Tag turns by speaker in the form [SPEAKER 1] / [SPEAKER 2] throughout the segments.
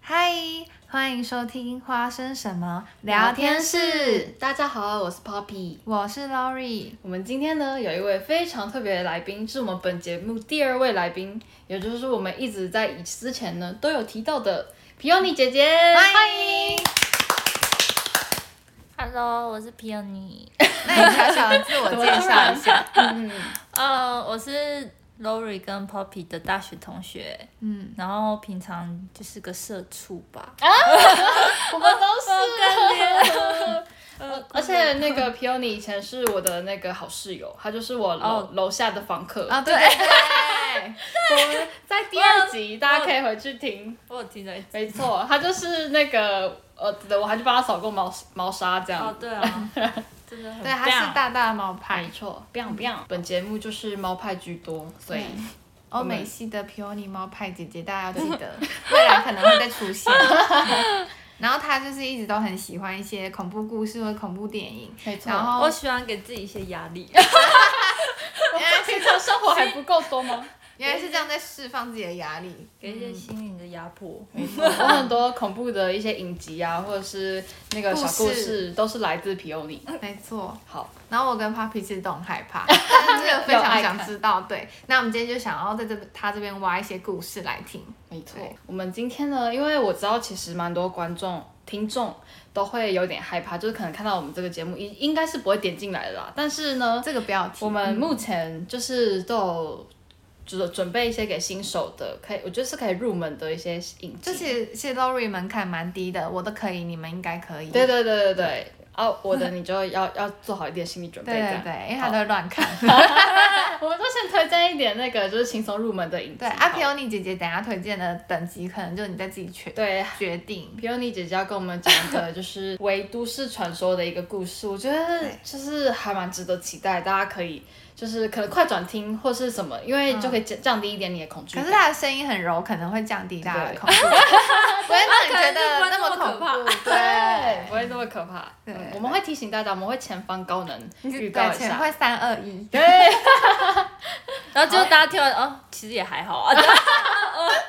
[SPEAKER 1] 嗨，欢迎收听《花生什么聊
[SPEAKER 2] 聊
[SPEAKER 1] 天
[SPEAKER 2] 天
[SPEAKER 1] 室》，
[SPEAKER 2] 室，大家好，我是 Poppy。
[SPEAKER 1] 我是 Lori。
[SPEAKER 2] 我们今天呢有一位非常特别的来宾，是我们本节目第二位来宾，也就是我们一直在以之前呢都有提到的皮尤尼姐姐，欢迎。
[SPEAKER 3] Hello，我是 Peony。
[SPEAKER 1] 那你小小的自我介绍一 下。
[SPEAKER 2] 嗯，
[SPEAKER 3] 呃，我是 Lori 跟 Poppy 的大学同学，
[SPEAKER 1] 嗯，
[SPEAKER 3] 然后平常就是个社畜吧。哦
[SPEAKER 2] 我们
[SPEAKER 1] 哦
[SPEAKER 2] 都 是。而且那个 p i o n 以前是我的那个好室友，他就是我楼
[SPEAKER 3] 哦
[SPEAKER 2] 楼下的房客。
[SPEAKER 1] 啊，对，
[SPEAKER 2] 我们在第二集，大家可以回去听。
[SPEAKER 3] 我有听到一
[SPEAKER 2] 没错，他就是那个呃，我还去帮他扫过毛毛纱这样。
[SPEAKER 3] 哦，对啊，真的很
[SPEAKER 1] 对，他是大大猫
[SPEAKER 2] 没
[SPEAKER 1] 派，
[SPEAKER 2] 错，biang biang。本节目就是猫派居多，所以
[SPEAKER 1] 欧美系的皮欧尼猫派姐姐，大家要记得，未来可能会再出现。 然后他就是一直都很喜欢一些恐怖故事或恐怖电影，
[SPEAKER 2] 没错。
[SPEAKER 1] 然后
[SPEAKER 3] 我喜欢给自己一些压力。
[SPEAKER 1] 嗯
[SPEAKER 2] 我们平常哎生活还不够多 吗？
[SPEAKER 1] 原来是这样在释放自己的压力。嗯
[SPEAKER 3] 给一些心灵的压迫，
[SPEAKER 2] 我很多恐怖的一些影集啊，或者是那个小故
[SPEAKER 1] 故
[SPEAKER 2] 事，
[SPEAKER 1] 事
[SPEAKER 2] 都是来自皮欧尼。
[SPEAKER 1] 没错，
[SPEAKER 2] 好，
[SPEAKER 1] 然后我跟 Papi 其实都很害 怕，但是真的非常想知道。对，那我们今天就想要在这他这边挖一些故事来听。
[SPEAKER 2] 没错
[SPEAKER 1] 对。
[SPEAKER 2] 我们今天呢，因为我知道其实蛮多观众、听众都会有点害怕，就是可能看到我们这个节目，应应该是不会点进来的啦。但是呢，
[SPEAKER 1] 这个不要提，嗯
[SPEAKER 2] 我们目前就是都有准准备一些给新手的，可以我觉得是可以入门的一些影集。
[SPEAKER 1] 就其实其实 Lori 门槛蛮低的，我都可以，你们应该可以。
[SPEAKER 2] 对对对对 对，啊，我的你就要要做好一点心理准备，
[SPEAKER 1] 对
[SPEAKER 2] 这
[SPEAKER 1] 对
[SPEAKER 2] 样。哎
[SPEAKER 1] 对，因为他都会乱 看。
[SPEAKER 2] 我们都先推荐一点那个就是轻松入门的影集。
[SPEAKER 1] 对，阿
[SPEAKER 2] 好
[SPEAKER 1] 皮欧尼姐姐等一下推荐的等级，可能就你再自己决
[SPEAKER 2] 对。
[SPEAKER 1] 决定。
[SPEAKER 2] 皮欧尼姐姐要跟我们讲一 个就是为都市传说的一个故事，我觉得
[SPEAKER 1] 对
[SPEAKER 2] 就是还蛮值得期待，大家可以就是可能快转听或是什么，因为就可以降降低一点你的恐惧
[SPEAKER 1] 可
[SPEAKER 2] 感。
[SPEAKER 1] 是他的声音很柔，可能会降低大家的
[SPEAKER 2] 对
[SPEAKER 1] 恐 惧感，不会让你觉得
[SPEAKER 3] 可能
[SPEAKER 1] 那么
[SPEAKER 3] 就不会那么
[SPEAKER 1] 恐
[SPEAKER 3] 可怕
[SPEAKER 1] 怖。
[SPEAKER 2] 对，
[SPEAKER 1] 对，
[SPEAKER 2] 不会那么可怕。
[SPEAKER 1] 对
[SPEAKER 2] 嗯我们会提醒大家，我们会前方高能预告
[SPEAKER 1] 对，
[SPEAKER 2] 一
[SPEAKER 1] 前
[SPEAKER 2] 下。
[SPEAKER 1] 会三二一。
[SPEAKER 2] 对，
[SPEAKER 3] 然后就大家听完哦，其实也还好 啊。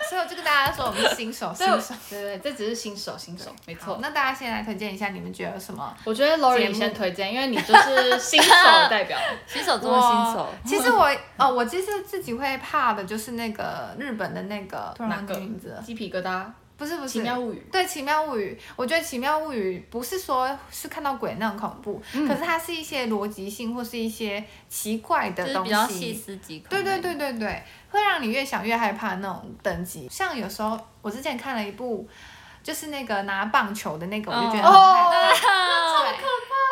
[SPEAKER 1] 所以我就跟大家说，我们是新手，新
[SPEAKER 2] 对
[SPEAKER 1] 手。
[SPEAKER 2] 对对，这只是新手，新手没
[SPEAKER 1] 好
[SPEAKER 2] 错。
[SPEAKER 1] 那大家先来推荐一下，你们觉得有什么？
[SPEAKER 2] 我觉得 Lori
[SPEAKER 1] 节
[SPEAKER 2] 你
[SPEAKER 1] 目
[SPEAKER 2] 先推荐，因为你就是新手代 表。
[SPEAKER 3] 新手中的新
[SPEAKER 1] 哇
[SPEAKER 3] 手，
[SPEAKER 1] 其实我哦，我其实自己会怕的就是那个日本的那个突然忘记
[SPEAKER 2] 哪个
[SPEAKER 1] 名字了，
[SPEAKER 2] 鸡皮疙瘩，
[SPEAKER 1] 不是不是
[SPEAKER 2] 奇妙物语。
[SPEAKER 1] 对《奇妙物语》，我觉得《奇妙物语》不是说是看到鬼那种恐怖，可是它是一些逻辑性或是一些奇怪
[SPEAKER 3] 就
[SPEAKER 1] 的
[SPEAKER 3] 是
[SPEAKER 1] 东
[SPEAKER 3] 比较细
[SPEAKER 1] 西。
[SPEAKER 3] 思极恐。
[SPEAKER 1] 对对，对对对，会让你越想越害怕那种等级。像有时候我之前看了一部，就是那个拿棒球的那个，我就觉得很害怕。
[SPEAKER 2] 哦，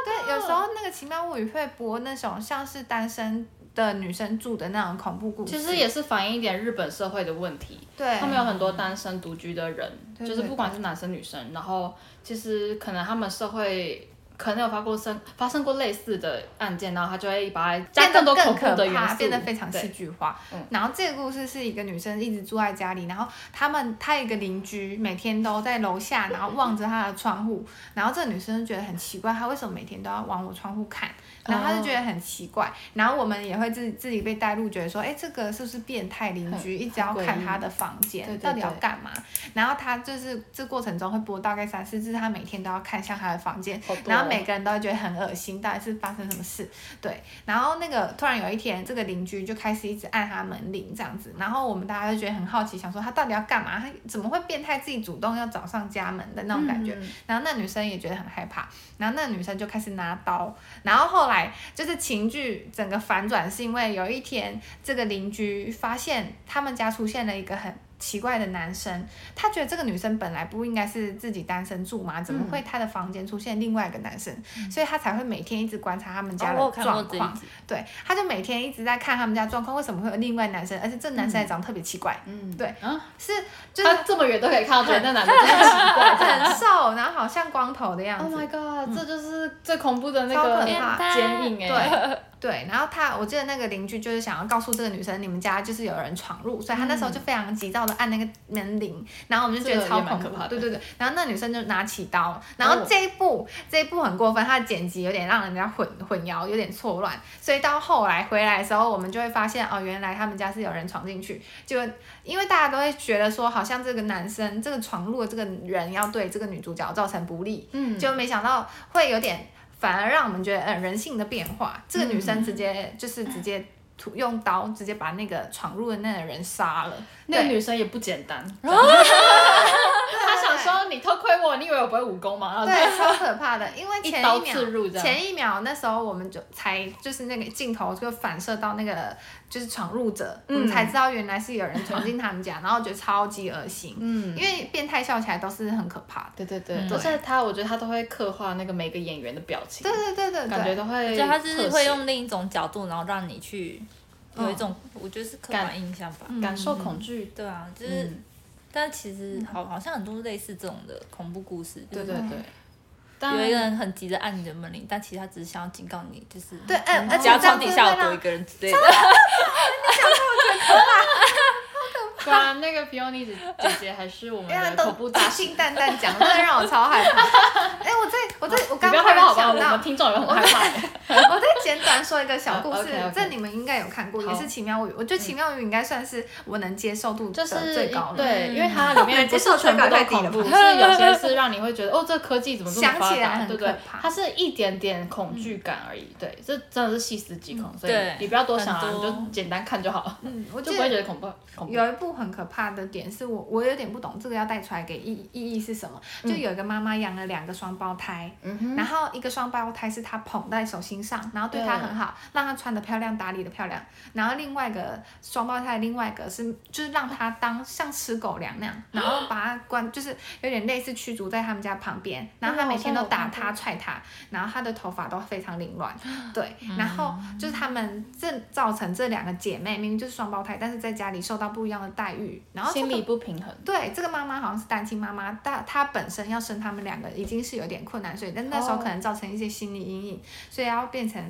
[SPEAKER 1] 对，对，有时候那个《奇妙物语》会播那种像是单身的女生住的那种恐怖故事，
[SPEAKER 2] 其实也是反映一点日本社会的问题。
[SPEAKER 1] 对
[SPEAKER 2] 他，们有很多单身独居的人，
[SPEAKER 1] 对
[SPEAKER 2] 就是不管是男生女生，然后其实可能他们社会。可能有发过生发生过类似的案件，然后他就会把它加
[SPEAKER 1] 变得
[SPEAKER 2] 多恐
[SPEAKER 1] 更
[SPEAKER 2] 怖的
[SPEAKER 1] 可
[SPEAKER 2] 元
[SPEAKER 1] 怕，
[SPEAKER 2] 素，
[SPEAKER 1] 变得非常
[SPEAKER 2] 对
[SPEAKER 1] 戏剧化
[SPEAKER 2] 嗯。
[SPEAKER 1] 然后这个故事是一个女生一直住在家里，然后他们她有一个邻居每天都在楼下，然后望着她的窗户，然后这个女生就觉得很奇怪，她为什么每天都要往我窗户
[SPEAKER 2] 哦
[SPEAKER 1] 看？然后她就觉得很奇怪，然后我们也会自自己被带入，觉得说，哎，这个是不是变态邻居，一直要
[SPEAKER 2] 很诡异
[SPEAKER 1] 看她的房
[SPEAKER 2] 对
[SPEAKER 1] 间
[SPEAKER 2] 对
[SPEAKER 1] 到底要
[SPEAKER 2] 对
[SPEAKER 1] 干嘛？然后她就是这过程中会播大概三四次，她每天都要看向她的房间，
[SPEAKER 2] 好多
[SPEAKER 1] 然后每个人都会觉得很恶心，到底是发生什么事？对，然后那个突然有一天，这个邻居就开始一直按他门铃这样子，然后我们大家就觉得很好奇，想说他到底要干嘛？他怎么会变态自己主动要找上家门的那种感觉？
[SPEAKER 2] 嗯
[SPEAKER 1] 然后那女生也觉得很害怕，然后那女生就开始拿刀，然后后来就是情剧整个反转，是因为有一天这个邻居发现他们家出现了一个很奇怪的男生，他觉得这个女生本来不应该是自己单身住
[SPEAKER 3] 嗯
[SPEAKER 1] 吗？怎么会她的房间出现另外一个男生？所以他才会每天一直观察他们 家
[SPEAKER 3] 哦，我有
[SPEAKER 1] 的
[SPEAKER 3] 看过
[SPEAKER 1] 状
[SPEAKER 3] 这
[SPEAKER 1] 况。
[SPEAKER 3] 一集，
[SPEAKER 1] 对，他就每天一直在看他们家状况，为什么会有另外男生？而且这男生还长得特别奇怪，
[SPEAKER 2] 嗯，
[SPEAKER 1] 对
[SPEAKER 2] 啊，
[SPEAKER 1] 是就是
[SPEAKER 2] 他这么远都可以看到，觉得那男的真的奇怪。
[SPEAKER 1] 很瘦，然后好像光头的样
[SPEAKER 2] Oh
[SPEAKER 1] 子。
[SPEAKER 2] my god！、这就是最恐怖的那
[SPEAKER 1] 超可
[SPEAKER 2] 个
[SPEAKER 1] 怕
[SPEAKER 2] 剪影哎、
[SPEAKER 1] 对， 对，然后他，我记得那个邻居就是想要告诉这个女生，你们家就是有人闯入，所以他那时候就非常急躁的按那个门铃，然后我们就觉
[SPEAKER 2] 嗯这
[SPEAKER 1] 得
[SPEAKER 2] 个
[SPEAKER 1] 超
[SPEAKER 2] 也蛮
[SPEAKER 1] 恐怖
[SPEAKER 2] 可怕，的哦
[SPEAKER 1] 对对对。然后那女生就拿起刀，然后这一步、这一步很过分，她的剪辑有点让人家混混淆，有点错乱，所以到后来回来的时候，我们就会发现哦，原来他们家是有人闯进去，就因为大家都会觉得说，好像这个男生这个闯入的这个人要对这个女主角造成不利，
[SPEAKER 2] 嗯，
[SPEAKER 1] 就没想到会有点，反而让我们觉得，嗯，人性的变化。这个女生直接、
[SPEAKER 2] 嗯
[SPEAKER 1] 就是直接突用刀直接把那个闯入的那个人杀了。
[SPEAKER 2] 那个
[SPEAKER 1] 对
[SPEAKER 2] 女生也不简单， 她想说你偷窥我，你以为我不会武功吗？然后
[SPEAKER 1] 对，超可怕的，因为前
[SPEAKER 2] 一
[SPEAKER 1] 一
[SPEAKER 2] 刀
[SPEAKER 1] 秒
[SPEAKER 2] 刺入这样
[SPEAKER 1] 前一秒那时候我们就才就是那个镜头就反射到那个就是闯入者，我们
[SPEAKER 2] 嗯
[SPEAKER 1] 才知道原来是有人闯进他们家，然后觉得超级恶心，
[SPEAKER 2] 嗯
[SPEAKER 1] 因为变态笑起来都是很可怕的。
[SPEAKER 2] 对对对，
[SPEAKER 3] 嗯
[SPEAKER 2] 而且他我觉得他都会刻画那个每个演员的表情
[SPEAKER 1] 对，对对对对，
[SPEAKER 2] 感觉都会特
[SPEAKER 3] 就
[SPEAKER 2] 写，
[SPEAKER 3] 他就是会用另一种角度，然后让你去
[SPEAKER 1] 嗯
[SPEAKER 3] 有一种，我觉得是刻
[SPEAKER 2] 感
[SPEAKER 3] 板印象吧。
[SPEAKER 2] 感受恐惧，
[SPEAKER 3] 对啊，就是，
[SPEAKER 2] 嗯，
[SPEAKER 3] 但其实
[SPEAKER 1] 嗯
[SPEAKER 3] 好好像很多类似这种的恐怖故事，就
[SPEAKER 2] 对
[SPEAKER 3] 是
[SPEAKER 2] 对对。
[SPEAKER 3] 有一
[SPEAKER 2] 但
[SPEAKER 3] 个人很急着按你的门铃，但其实他只是想要警告你，就是
[SPEAKER 1] 对哎
[SPEAKER 2] 嗯
[SPEAKER 1] 而且
[SPEAKER 3] 假
[SPEAKER 1] 这样
[SPEAKER 3] 装
[SPEAKER 1] 子
[SPEAKER 3] 底下
[SPEAKER 1] 会
[SPEAKER 3] 有多
[SPEAKER 1] 让
[SPEAKER 3] 一个人之类的。
[SPEAKER 2] 不然那个 Peony 姐姐姐还是我们
[SPEAKER 1] 因为他
[SPEAKER 2] 的
[SPEAKER 1] 都
[SPEAKER 2] 嗯恐 怖大师，
[SPEAKER 1] 信淡淡讲，真的让我超害怕。 哎、我在我在我
[SPEAKER 2] 哦你
[SPEAKER 1] 刚
[SPEAKER 2] 不
[SPEAKER 1] 刚
[SPEAKER 2] 要
[SPEAKER 1] 突
[SPEAKER 2] 害
[SPEAKER 1] 然
[SPEAKER 2] 怕好不好？我
[SPEAKER 1] 想
[SPEAKER 2] 们
[SPEAKER 1] 到，
[SPEAKER 2] 听众也很害怕。
[SPEAKER 1] 我再简短说一个小故事，
[SPEAKER 2] 哦，OK，OK
[SPEAKER 1] 这你们应该有看过，也
[SPEAKER 2] 好嗯
[SPEAKER 1] 是《奇妙物语》。我觉得《奇妙物语》应该算是我能接受度
[SPEAKER 2] 就
[SPEAKER 1] 的
[SPEAKER 2] 是
[SPEAKER 1] 最高了。
[SPEAKER 2] 对，因为它里面不是全部都恐怖，
[SPEAKER 1] 嗯
[SPEAKER 2] 是有些是让你会觉得哦，这科技怎么这么
[SPEAKER 1] 想
[SPEAKER 2] 发
[SPEAKER 1] 起来
[SPEAKER 2] 达，
[SPEAKER 1] 很
[SPEAKER 2] 对不对
[SPEAKER 1] 可？怕
[SPEAKER 2] 它是一点点恐惧感而已，对，这真的是细思极恐，所以
[SPEAKER 3] 对
[SPEAKER 2] 你不要多想啊，
[SPEAKER 3] 很
[SPEAKER 2] 你
[SPEAKER 3] 多
[SPEAKER 2] 就简单看就好，
[SPEAKER 1] 嗯，我
[SPEAKER 2] 就
[SPEAKER 1] 记
[SPEAKER 2] 不会
[SPEAKER 1] 得
[SPEAKER 2] 觉得恐怖恐怖。
[SPEAKER 1] 有一部很可怕的点是我我有点不懂这个要带出来给意意义是什么。就有一个妈妈养了两个双胞胎，
[SPEAKER 2] 嗯哼，
[SPEAKER 1] 然后一个双胞胎是她捧在手心上，然后对她很好，让她穿的漂亮，打理的漂亮。然后另外一个双胞胎，另外一个是就是让她当像吃狗粮那样，然后
[SPEAKER 2] 哦
[SPEAKER 1] 把她关，就是有点类似驱逐在他们家旁边。然后她每天都打她、踹她，然后她的头发都非常凌 乱。对，然后
[SPEAKER 2] 嗯
[SPEAKER 1] 就是他们这造成这两个姐妹明明就是双胞胎，但是在家里受到不一样的待遇，然后这
[SPEAKER 2] 心
[SPEAKER 1] 个
[SPEAKER 2] 理不平衡。
[SPEAKER 1] 对，这个妈妈好像是单亲妈妈，但她本身要生他们两个已经是有点困难，所以但那时候
[SPEAKER 2] 哦
[SPEAKER 1] 可能造成一些心理阴影，所以要变成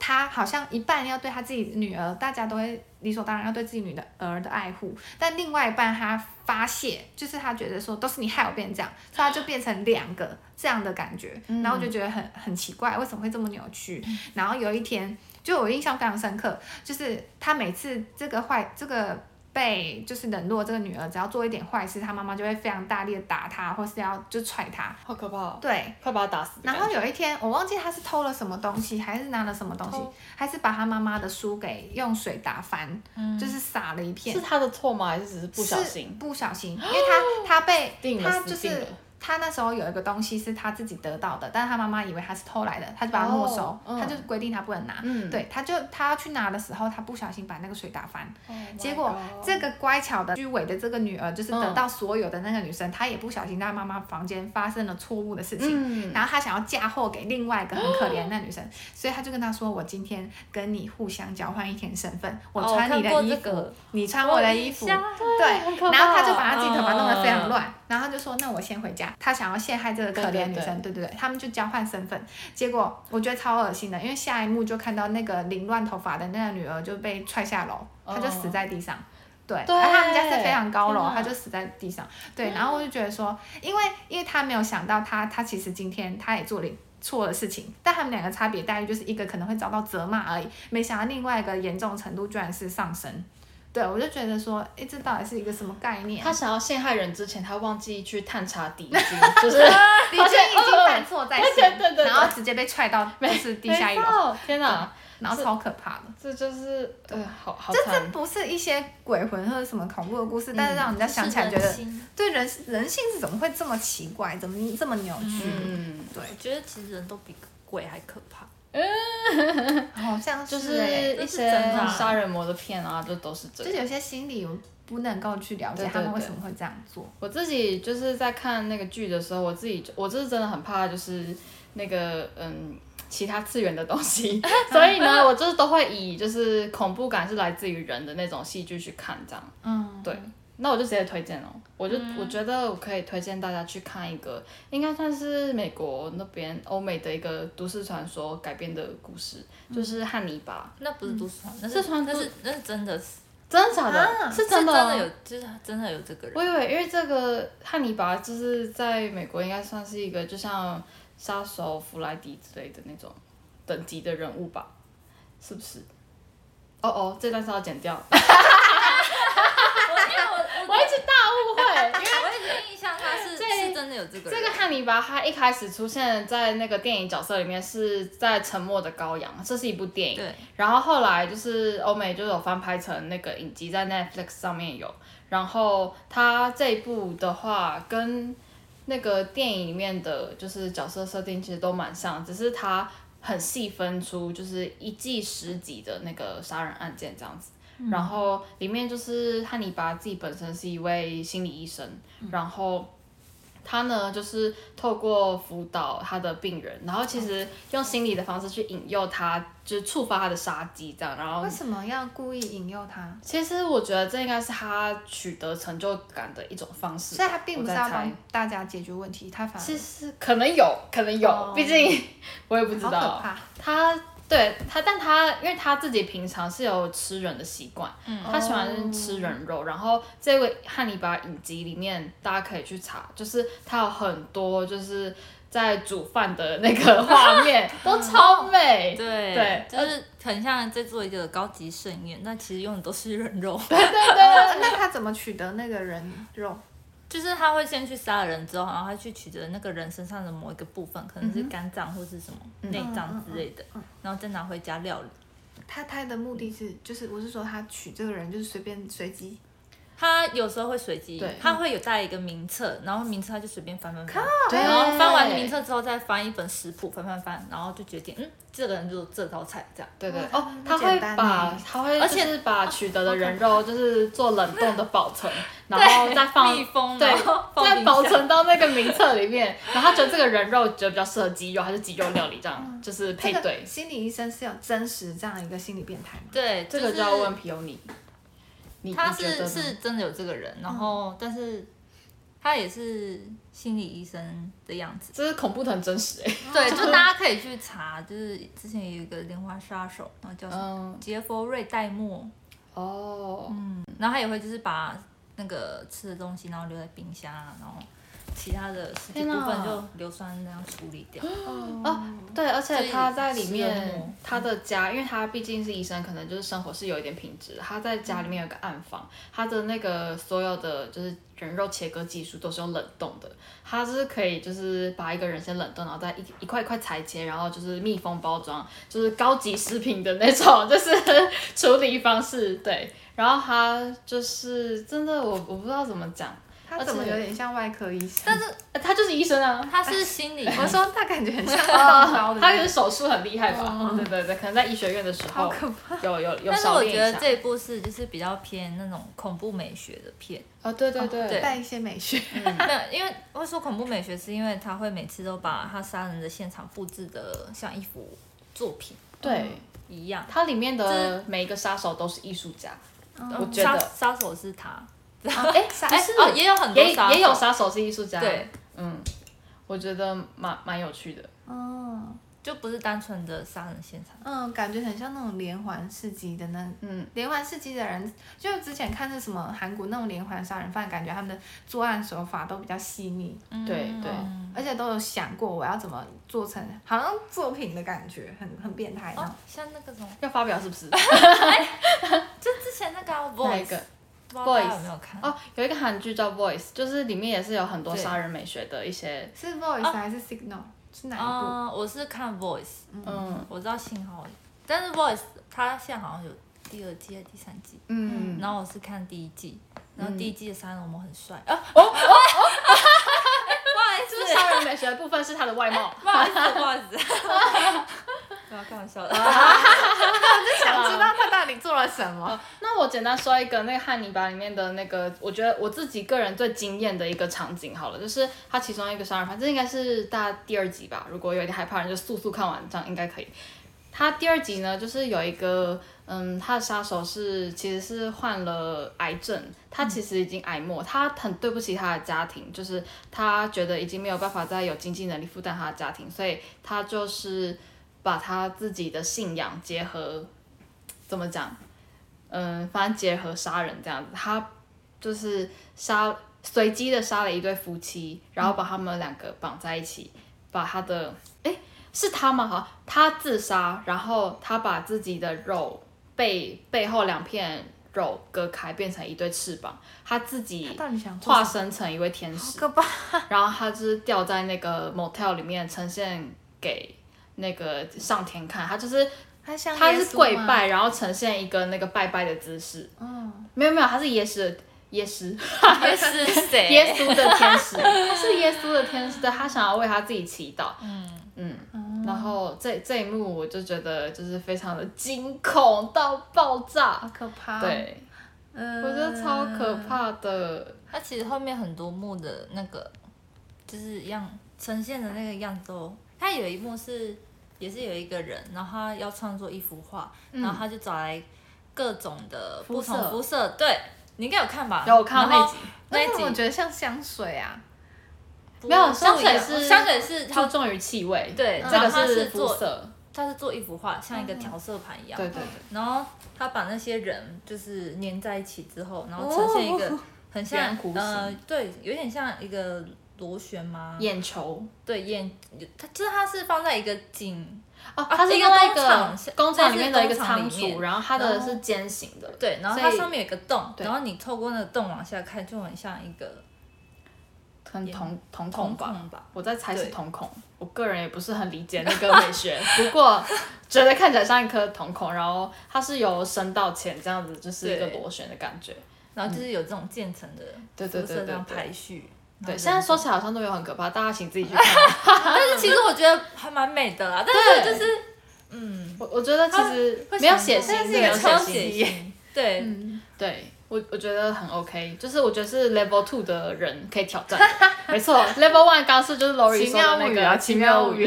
[SPEAKER 1] 她好像一半要对她自己女儿，大家都会理所当然要对自己女的儿的爱护，但另外一半她发泄，就是她觉得说都是你害我变这样，所以她就变成两个这样的感觉，然后我就觉得很很奇怪，为什么会这么扭曲？然后有一天，就我印象非常深刻，就是她每次这个坏这个。被就是冷落这个女儿，只要做一点坏事，她妈妈就会非常大力的打她，或是要就踹她。
[SPEAKER 2] 好可怕、哦，
[SPEAKER 1] 对，
[SPEAKER 2] 快把他打死的
[SPEAKER 1] 然
[SPEAKER 2] 感觉。
[SPEAKER 1] 后有一天，我忘记他是偷了什么东西，还是拿了什么东西
[SPEAKER 2] 偷，
[SPEAKER 1] 还是把他妈妈的书给用水打翻，就是洒了一片
[SPEAKER 2] 嗯是。他的错吗？还是只是不小
[SPEAKER 1] 是
[SPEAKER 2] 心？
[SPEAKER 1] 不小心，因为 他他被
[SPEAKER 2] 定了
[SPEAKER 1] 他
[SPEAKER 2] 死
[SPEAKER 1] 就
[SPEAKER 2] 定
[SPEAKER 1] 是
[SPEAKER 2] 了
[SPEAKER 1] 他那时候有一个东西是他自己得到的，但是他妈妈以为他是偷来的，他就把它没收，
[SPEAKER 2] 哦嗯
[SPEAKER 1] 他就规定他不能拿。
[SPEAKER 2] 嗯
[SPEAKER 1] 对，他就他要去拿的时候，他不小心把那个水打翻，结果
[SPEAKER 2] 哦 Oh God
[SPEAKER 1] 这个乖巧的虚伪的这个女儿，就是得
[SPEAKER 2] 嗯
[SPEAKER 1] 到所有的那个女生，她也不小心在妈妈房间发生了错误的事情，
[SPEAKER 2] 嗯
[SPEAKER 1] 然后她想要嫁祸给另外一个很可怜的那女
[SPEAKER 3] 哦
[SPEAKER 1] 生，所以她就跟她说：“我今天跟你互相交换一天身份，我
[SPEAKER 3] 哦
[SPEAKER 1] 穿你的
[SPEAKER 3] 我看过
[SPEAKER 1] 衣
[SPEAKER 3] 这
[SPEAKER 1] 服，
[SPEAKER 3] 个
[SPEAKER 1] 你穿我的衣服。”对，
[SPEAKER 2] 啊很可怕嗯
[SPEAKER 1] 然后她就把她自己头发弄得非常乱，然后她就说：“那我先回家。”她想要陷害这个可怜女生，对对对，他们就交换身份，结果我觉得超恶心的，因为下一幕就看到那个凌乱头发的那个女儿就被踹下楼，她就死在地上。对，
[SPEAKER 2] 哦对
[SPEAKER 1] 而他们家是非常高
[SPEAKER 2] 天
[SPEAKER 1] 楼，
[SPEAKER 2] 哪嗯
[SPEAKER 1] 她就死在地上。对，然后我就觉得说，因为因为她没有想到她，她其实今天她也做了。错的事情，但他们两个差别待遇就是一个可能会遭到责骂而已，没想到另外一个严重程度居然是上升。对，我就觉得说，哎，这到底是一个什么概念啊？
[SPEAKER 2] 他想要陷害人之前，他忘记去探查底 薪，就是
[SPEAKER 1] 李军已经犯错在
[SPEAKER 2] 而且
[SPEAKER 1] 先，
[SPEAKER 2] 对对对
[SPEAKER 1] 然后直接被踹到就是地下一
[SPEAKER 2] 没
[SPEAKER 1] 楼，
[SPEAKER 2] 错天哪，
[SPEAKER 1] 然后超可怕的。
[SPEAKER 2] 这就是呃，好好
[SPEAKER 1] 这这
[SPEAKER 2] 惨。
[SPEAKER 1] 不是一些鬼魂或者什么恐怖的故事，嗯但是让人家想起来
[SPEAKER 3] 是
[SPEAKER 1] 觉
[SPEAKER 3] 人
[SPEAKER 1] 得，
[SPEAKER 3] 心
[SPEAKER 1] 对人人性是怎么会这么奇怪，怎么这么扭曲？
[SPEAKER 2] 嗯，
[SPEAKER 1] 对，
[SPEAKER 3] 我觉得其实人都比鬼还可怕。
[SPEAKER 1] 好像、
[SPEAKER 2] 就是是
[SPEAKER 1] 欸，
[SPEAKER 2] 一
[SPEAKER 3] 这是
[SPEAKER 2] 些
[SPEAKER 3] 真的啊
[SPEAKER 2] 杀人魔的片啊，这都是这
[SPEAKER 1] 就是
[SPEAKER 2] 样。
[SPEAKER 1] 有些心理我不能够去了
[SPEAKER 2] 对
[SPEAKER 1] 解
[SPEAKER 2] 对
[SPEAKER 1] 他们为
[SPEAKER 2] 对
[SPEAKER 1] 什么会这样做。
[SPEAKER 2] 我自己就是在看那个剧的时候，我自己就我就是真的很怕，就是那个嗯。其他次元的东西，所以呢，我就是都会以就是恐怖感是来自于人的那种戏剧去看这样。
[SPEAKER 1] 嗯，
[SPEAKER 2] 对，那我就直接推荐了。哦我就、我觉得我可以推荐大家去看一个，应该算是美国那边欧美的一个都市传说改编的故事，就是汉尼拔。
[SPEAKER 3] 那不是
[SPEAKER 1] 嗯
[SPEAKER 3] 都市传，那
[SPEAKER 2] 是
[SPEAKER 3] 是
[SPEAKER 2] 传
[SPEAKER 3] 那是那是真的，是
[SPEAKER 2] 真的假的？
[SPEAKER 1] 啊
[SPEAKER 2] 是
[SPEAKER 3] 真
[SPEAKER 2] 真的哦
[SPEAKER 3] 的有，就是真的有这 个人。
[SPEAKER 2] 我以为，因为这个汉尼拔就是在美国应该算是一个，就像杀手弗莱迪之类的那种等级的人物吧，是不是？哦哦，这段是要剪掉。
[SPEAKER 3] 我因为我
[SPEAKER 2] 我一直大误 会，因为
[SPEAKER 3] 我已经印象他是
[SPEAKER 2] 这
[SPEAKER 3] 是真的有这个
[SPEAKER 2] 这
[SPEAKER 3] 人。
[SPEAKER 2] 个汉尼拔他一开始出现在那个电影角色里面是在《沉默的羔羊》，这是一部电影。
[SPEAKER 3] 对，
[SPEAKER 2] 然后后来就是欧美就有翻拍成那个影集，在 Netflix 上面有。然后他这一部的话，跟那个电影里面的就是角色设定其实都蛮像，只是他很细分出就是一季十集的那个杀人案件这样子。
[SPEAKER 1] 嗯
[SPEAKER 2] 然后里面就是汉尼拔自己本身是一位心理医生，
[SPEAKER 1] 嗯
[SPEAKER 2] 然后他呢就是透过辅导他的病人，然后其实用心理的方式去引诱他，就是触发他的杀机这样，然后
[SPEAKER 1] 为什么要故意引诱他？
[SPEAKER 2] 其实我觉得这应该是他取得成就感的一种方式吧，
[SPEAKER 1] 所以他并不是要
[SPEAKER 2] 我在猜
[SPEAKER 1] 帮大家解决问题，他反而
[SPEAKER 2] 其实可能有，可能有，
[SPEAKER 1] 哦
[SPEAKER 2] 毕竟 我也不知
[SPEAKER 1] 好可
[SPEAKER 2] 道。
[SPEAKER 1] 怕。
[SPEAKER 2] 他对他，但他因为他自己平常是有吃人的习惯，
[SPEAKER 3] 嗯
[SPEAKER 2] 他喜欢吃人
[SPEAKER 3] 哦
[SPEAKER 2] 肉。然后这位汉尼拔影集里面，大家可以去查，就是他有很多就是在煮饭的那个画 面，都超美。
[SPEAKER 3] 对
[SPEAKER 2] 对呃
[SPEAKER 3] 就是很像在做一个高级盛宴，但其实用的都是人肉。
[SPEAKER 1] 哦那那他怎么取得那个人肉？
[SPEAKER 3] 就是他会先去杀了人之后，然后他去取得那个人身上的某一个部分，可
[SPEAKER 2] 嗯
[SPEAKER 3] 能是肝脏或是什么内脏之类的，然后再拿回家料理。
[SPEAKER 1] 他他的目的是，就是我是说他娶这个人就是随便随机，
[SPEAKER 3] 他有时候会随机
[SPEAKER 2] 对，
[SPEAKER 3] 他会有带一个名册，然后名册他就随便翻翻翻，
[SPEAKER 2] 对
[SPEAKER 3] 然后啊翻
[SPEAKER 2] 欸
[SPEAKER 3] 完名册之后再翻一本食谱，翻翻翻，然后就决定，嗯，这个人就这道菜这样。
[SPEAKER 2] 对对
[SPEAKER 1] 哇
[SPEAKER 2] 哦，
[SPEAKER 1] 那
[SPEAKER 2] 他
[SPEAKER 1] 么
[SPEAKER 2] 会
[SPEAKER 1] 简单
[SPEAKER 2] 把
[SPEAKER 1] 呢
[SPEAKER 2] 他会，
[SPEAKER 3] 而且
[SPEAKER 2] 是把取 得的人肉就是做冷冻的保存，然后再放
[SPEAKER 3] 密封，
[SPEAKER 2] 对
[SPEAKER 3] 然后，放
[SPEAKER 2] 再
[SPEAKER 3] 冰
[SPEAKER 2] 保
[SPEAKER 3] 箱。
[SPEAKER 2] 存到那个名册里面。 然后他觉得这个人肉觉得比较适合鸡肉，还是鸡肉料理这
[SPEAKER 3] 嗯
[SPEAKER 2] 样，就是配
[SPEAKER 1] 这
[SPEAKER 2] 对
[SPEAKER 1] 个。心理医生是有真实这样一个心理变态吗？
[SPEAKER 3] 对，
[SPEAKER 2] 这个
[SPEAKER 3] 就
[SPEAKER 2] 就是要问皮尤尼，你
[SPEAKER 3] 他
[SPEAKER 2] 你觉得
[SPEAKER 3] 是
[SPEAKER 2] 呢嗯
[SPEAKER 3] 是真的有这个人，然后、但是他也是心理医生的样子。
[SPEAKER 2] 这是恐怖的很真实哎、
[SPEAKER 3] 对，就大家可以去查，就是之前有一个连环杀手，然后叫什么、
[SPEAKER 2] 嗯，
[SPEAKER 3] 杰佛瑞戴默，
[SPEAKER 2] 哦，
[SPEAKER 3] 然后他也会就是把那个吃的东西，然后留在冰箱啊，然后其他的尸体
[SPEAKER 2] 天哪
[SPEAKER 3] 部分就硫酸那样处理掉。
[SPEAKER 1] 哦
[SPEAKER 2] 哦，对，而且他在里
[SPEAKER 3] 这也是
[SPEAKER 2] 面，他的家，因为他毕竟是医生，可能就是生活是有一点品质的。他在家里面有个暗房，他的那个所有的就是人肉切割技术都是用冷冻的，他是可以就是把一个人先冷冻，然后再一一块一块裁切，然后就是密封包装，就是高级食品的那种， 就是处理方式。对，然后他就是真的，我我不知道怎么讲，
[SPEAKER 1] 他怎么
[SPEAKER 2] 而且
[SPEAKER 1] 有点像外科医生？
[SPEAKER 3] 但是
[SPEAKER 2] 呃他就是医生啊，
[SPEAKER 3] 他是心理，
[SPEAKER 1] 我说他感觉很像 放刀哦的那
[SPEAKER 2] 他可
[SPEAKER 1] 种，
[SPEAKER 2] 是手术很厉害吧？对对对，可能在医学院的时
[SPEAKER 1] 好
[SPEAKER 2] 候
[SPEAKER 1] 可怕。
[SPEAKER 2] 有有有
[SPEAKER 3] 但是
[SPEAKER 2] 少
[SPEAKER 3] 我
[SPEAKER 2] 练
[SPEAKER 3] 觉
[SPEAKER 2] 一
[SPEAKER 3] 得
[SPEAKER 2] 下。
[SPEAKER 3] 这一部是就是比较偏那种恐怖美学的片。
[SPEAKER 2] 哦，对对对
[SPEAKER 3] 对
[SPEAKER 1] 带一些美学，
[SPEAKER 3] 没有，因为会说恐怖美学，是因为他会每次都把他杀人的现场布置的像一幅作品
[SPEAKER 2] 对，
[SPEAKER 3] 一样。
[SPEAKER 2] 它里面的每一个杀手都是艺术家，
[SPEAKER 3] 嗯
[SPEAKER 2] 嗯我觉
[SPEAKER 3] 杀
[SPEAKER 2] 得。啊
[SPEAKER 3] 杀手是他，
[SPEAKER 1] 哎，啥
[SPEAKER 3] 哎、
[SPEAKER 1] 是
[SPEAKER 3] 哦，也有很多
[SPEAKER 2] 也
[SPEAKER 3] 杀手
[SPEAKER 2] 也有杀手是艺术家，
[SPEAKER 3] 对，，
[SPEAKER 2] 嗯，我觉得蛮蛮有趣的，
[SPEAKER 1] 哦，
[SPEAKER 3] 就不是单纯的杀人现场。
[SPEAKER 1] 嗯，感觉很像那种连环刺激的那
[SPEAKER 2] 嗯，
[SPEAKER 1] 连环刺激的人，就之前看那什么韩国那种连环杀人犯，感觉他们的作案手法都比较细腻，
[SPEAKER 2] 对对
[SPEAKER 3] 嗯
[SPEAKER 1] 而且都有想过我要怎么做成，好像作品的感觉，很很变态那
[SPEAKER 3] 哦
[SPEAKER 1] 种。，
[SPEAKER 3] 像那个什么，
[SPEAKER 2] 要发表是不 是？
[SPEAKER 3] 就之前那个啊
[SPEAKER 2] 哪
[SPEAKER 3] Voice，
[SPEAKER 2] 一个？
[SPEAKER 3] 不知道大家有没有看？
[SPEAKER 2] 哦，有一个韩剧叫《Voice》，就是里面也是有很多
[SPEAKER 3] 对
[SPEAKER 2] 杀人美学的一些，
[SPEAKER 1] 是 Voice 还是 Signal？是哪一 部？
[SPEAKER 3] 嗯，我是看 Voice，
[SPEAKER 2] 嗯
[SPEAKER 3] 我知道信号，但是 Voice 它现在好像有第二季、还是第三季。
[SPEAKER 2] 嗯，
[SPEAKER 3] 然后我是看第一季，然后第一季的杀人魔很帅啊，
[SPEAKER 2] 就是杀人美学的部分是他的外貌，
[SPEAKER 3] 不好意思，不好意思，不要开玩笑的。
[SPEAKER 1] 想知道他到底做了什么？
[SPEAKER 2] 那我简单说一个那个《汉尼拔》里面的那个，我觉得我自己个人最惊艳的一个场景好了，就是他其中一个杀人犯，这应该是大家第二集吧。如果有点害怕的人，就速速看完，这样应该可以。他第二集呢，就是有一个嗯，他的杀手是其实是患了癌症，他其实已经癌末，他很对不起他的家庭，就是他觉得已经没有办法再有经济能力负担他的家庭，所以他就是把他自己的信仰结合，怎么讲？嗯，反正结合杀人这样子，他就是杀随机的杀了一对夫妻，然后把他们两个绑在一起，把他的哎是他吗？好，他自杀，然后他把自己的肉背背后两片肉割开，变成一对翅膀，他自
[SPEAKER 1] 他
[SPEAKER 2] 己
[SPEAKER 1] 到底想做
[SPEAKER 2] 化
[SPEAKER 1] 什么？
[SPEAKER 2] 身成一位天使。
[SPEAKER 1] 可怕！
[SPEAKER 2] 然后他就是掉在那个 motel 里面，呈现给那个上天看。他就是
[SPEAKER 1] 他像
[SPEAKER 2] 他
[SPEAKER 1] 耶
[SPEAKER 2] 是
[SPEAKER 1] 稣
[SPEAKER 2] 跪
[SPEAKER 1] 吗，
[SPEAKER 2] 拜，然后呈现一个那个拜拜的姿势。
[SPEAKER 1] 嗯，
[SPEAKER 2] 没有没有，他是耶稣的耶稣
[SPEAKER 3] 也是谁？
[SPEAKER 2] 耶稣的天使，他是耶稣的天使，对他想要为他自己祈祷。
[SPEAKER 3] 嗯，
[SPEAKER 2] 嗯，
[SPEAKER 1] 嗯
[SPEAKER 2] 然后这这一幕我就觉得就是非常的惊恐到爆炸
[SPEAKER 1] 好。可怕。，
[SPEAKER 2] 对，
[SPEAKER 1] 嗯，
[SPEAKER 2] 我觉得超可怕的。
[SPEAKER 3] 它其实后面很多幕的那个就是样呈现的那个样子哦，它有一幕是也是有一个人，然后他要创作一幅画，
[SPEAKER 2] 嗯
[SPEAKER 3] 然后他就找来各种的不同
[SPEAKER 2] 肤色
[SPEAKER 3] 肤色，对你应该有看吧？
[SPEAKER 2] 有我看到
[SPEAKER 3] 然
[SPEAKER 2] 那
[SPEAKER 3] 后
[SPEAKER 2] 集，
[SPEAKER 1] 那
[SPEAKER 3] 那一集
[SPEAKER 1] 我觉得像香水啊，
[SPEAKER 3] 不
[SPEAKER 2] 没有
[SPEAKER 3] 像
[SPEAKER 2] 香水
[SPEAKER 3] 一个
[SPEAKER 2] 是
[SPEAKER 3] 香水是
[SPEAKER 2] 注
[SPEAKER 3] 他
[SPEAKER 2] 重于气味。
[SPEAKER 3] 呃对，
[SPEAKER 2] 这
[SPEAKER 3] 然后
[SPEAKER 2] 个
[SPEAKER 3] 他
[SPEAKER 2] 是
[SPEAKER 3] 是
[SPEAKER 2] 肤
[SPEAKER 3] 做
[SPEAKER 2] 色。嗯
[SPEAKER 3] 他是做一幅画，像一个调色盘一样，
[SPEAKER 2] 对对对。
[SPEAKER 3] 然后他把那些人就是粘在一起之后，然后呈现一
[SPEAKER 2] 哦
[SPEAKER 3] 个很像、
[SPEAKER 2] 圆弧形
[SPEAKER 3] 呃，对，有点像一个螺旋吗？
[SPEAKER 2] 眼球
[SPEAKER 3] 对，眼，它就是它是放在一个井，
[SPEAKER 2] 哦，
[SPEAKER 3] 啊
[SPEAKER 2] 它是
[SPEAKER 3] 一
[SPEAKER 2] 另
[SPEAKER 3] 个
[SPEAKER 2] 外一
[SPEAKER 3] 工厂
[SPEAKER 2] 个工厂里面的一个仓
[SPEAKER 3] 类似工厂里
[SPEAKER 2] 储，
[SPEAKER 3] 面
[SPEAKER 2] 然后它的
[SPEAKER 3] 然后
[SPEAKER 2] 是尖形的，
[SPEAKER 3] 对，然后
[SPEAKER 2] 所
[SPEAKER 3] 它
[SPEAKER 2] 以
[SPEAKER 3] 上面有一个洞，
[SPEAKER 2] 对
[SPEAKER 3] 然后你透过那个洞往下看，就很像一个
[SPEAKER 2] 很瞳瞳孔
[SPEAKER 3] 瞳
[SPEAKER 2] 吧。
[SPEAKER 3] 孔吧。
[SPEAKER 2] 我在猜是
[SPEAKER 3] 对
[SPEAKER 2] 瞳孔，我个人也不是很理解那个美学， 不过觉得看起来像一颗瞳孔，然后它是由深到浅这样子，就是一个
[SPEAKER 3] 对
[SPEAKER 2] 螺旋的感觉。
[SPEAKER 3] 然后就是有这种渐层的
[SPEAKER 2] 嗯对对
[SPEAKER 3] 肤
[SPEAKER 2] 对
[SPEAKER 3] 色这样
[SPEAKER 2] 对对
[SPEAKER 3] 排序。
[SPEAKER 2] 对，
[SPEAKER 3] 然后
[SPEAKER 2] 现在
[SPEAKER 3] 人
[SPEAKER 2] 说起来好像都没有很可怕，大家请自己去 看。
[SPEAKER 3] 但是其实我觉得还蛮美的啦，但是
[SPEAKER 2] 对
[SPEAKER 3] 就是嗯，
[SPEAKER 2] 我我觉得其实
[SPEAKER 3] 会
[SPEAKER 2] 没有
[SPEAKER 3] 想
[SPEAKER 2] 血
[SPEAKER 3] 到
[SPEAKER 2] 腥，
[SPEAKER 1] 但是
[SPEAKER 2] 没
[SPEAKER 1] 也
[SPEAKER 2] 有
[SPEAKER 1] 很
[SPEAKER 2] 血
[SPEAKER 1] 超
[SPEAKER 3] 超
[SPEAKER 2] 腥
[SPEAKER 1] 级，
[SPEAKER 3] 血腥，对，
[SPEAKER 1] 嗯，
[SPEAKER 2] 对我，我觉得很 OK，就是我觉得是 Level Two 的人可以挑战 的，没错。Level One 刚刚是就是 Lori
[SPEAKER 1] 奇
[SPEAKER 2] 说
[SPEAKER 1] 妙
[SPEAKER 2] 的
[SPEAKER 1] 物
[SPEAKER 2] 那
[SPEAKER 1] 语
[SPEAKER 2] 个
[SPEAKER 1] 啊奇妙物语嗯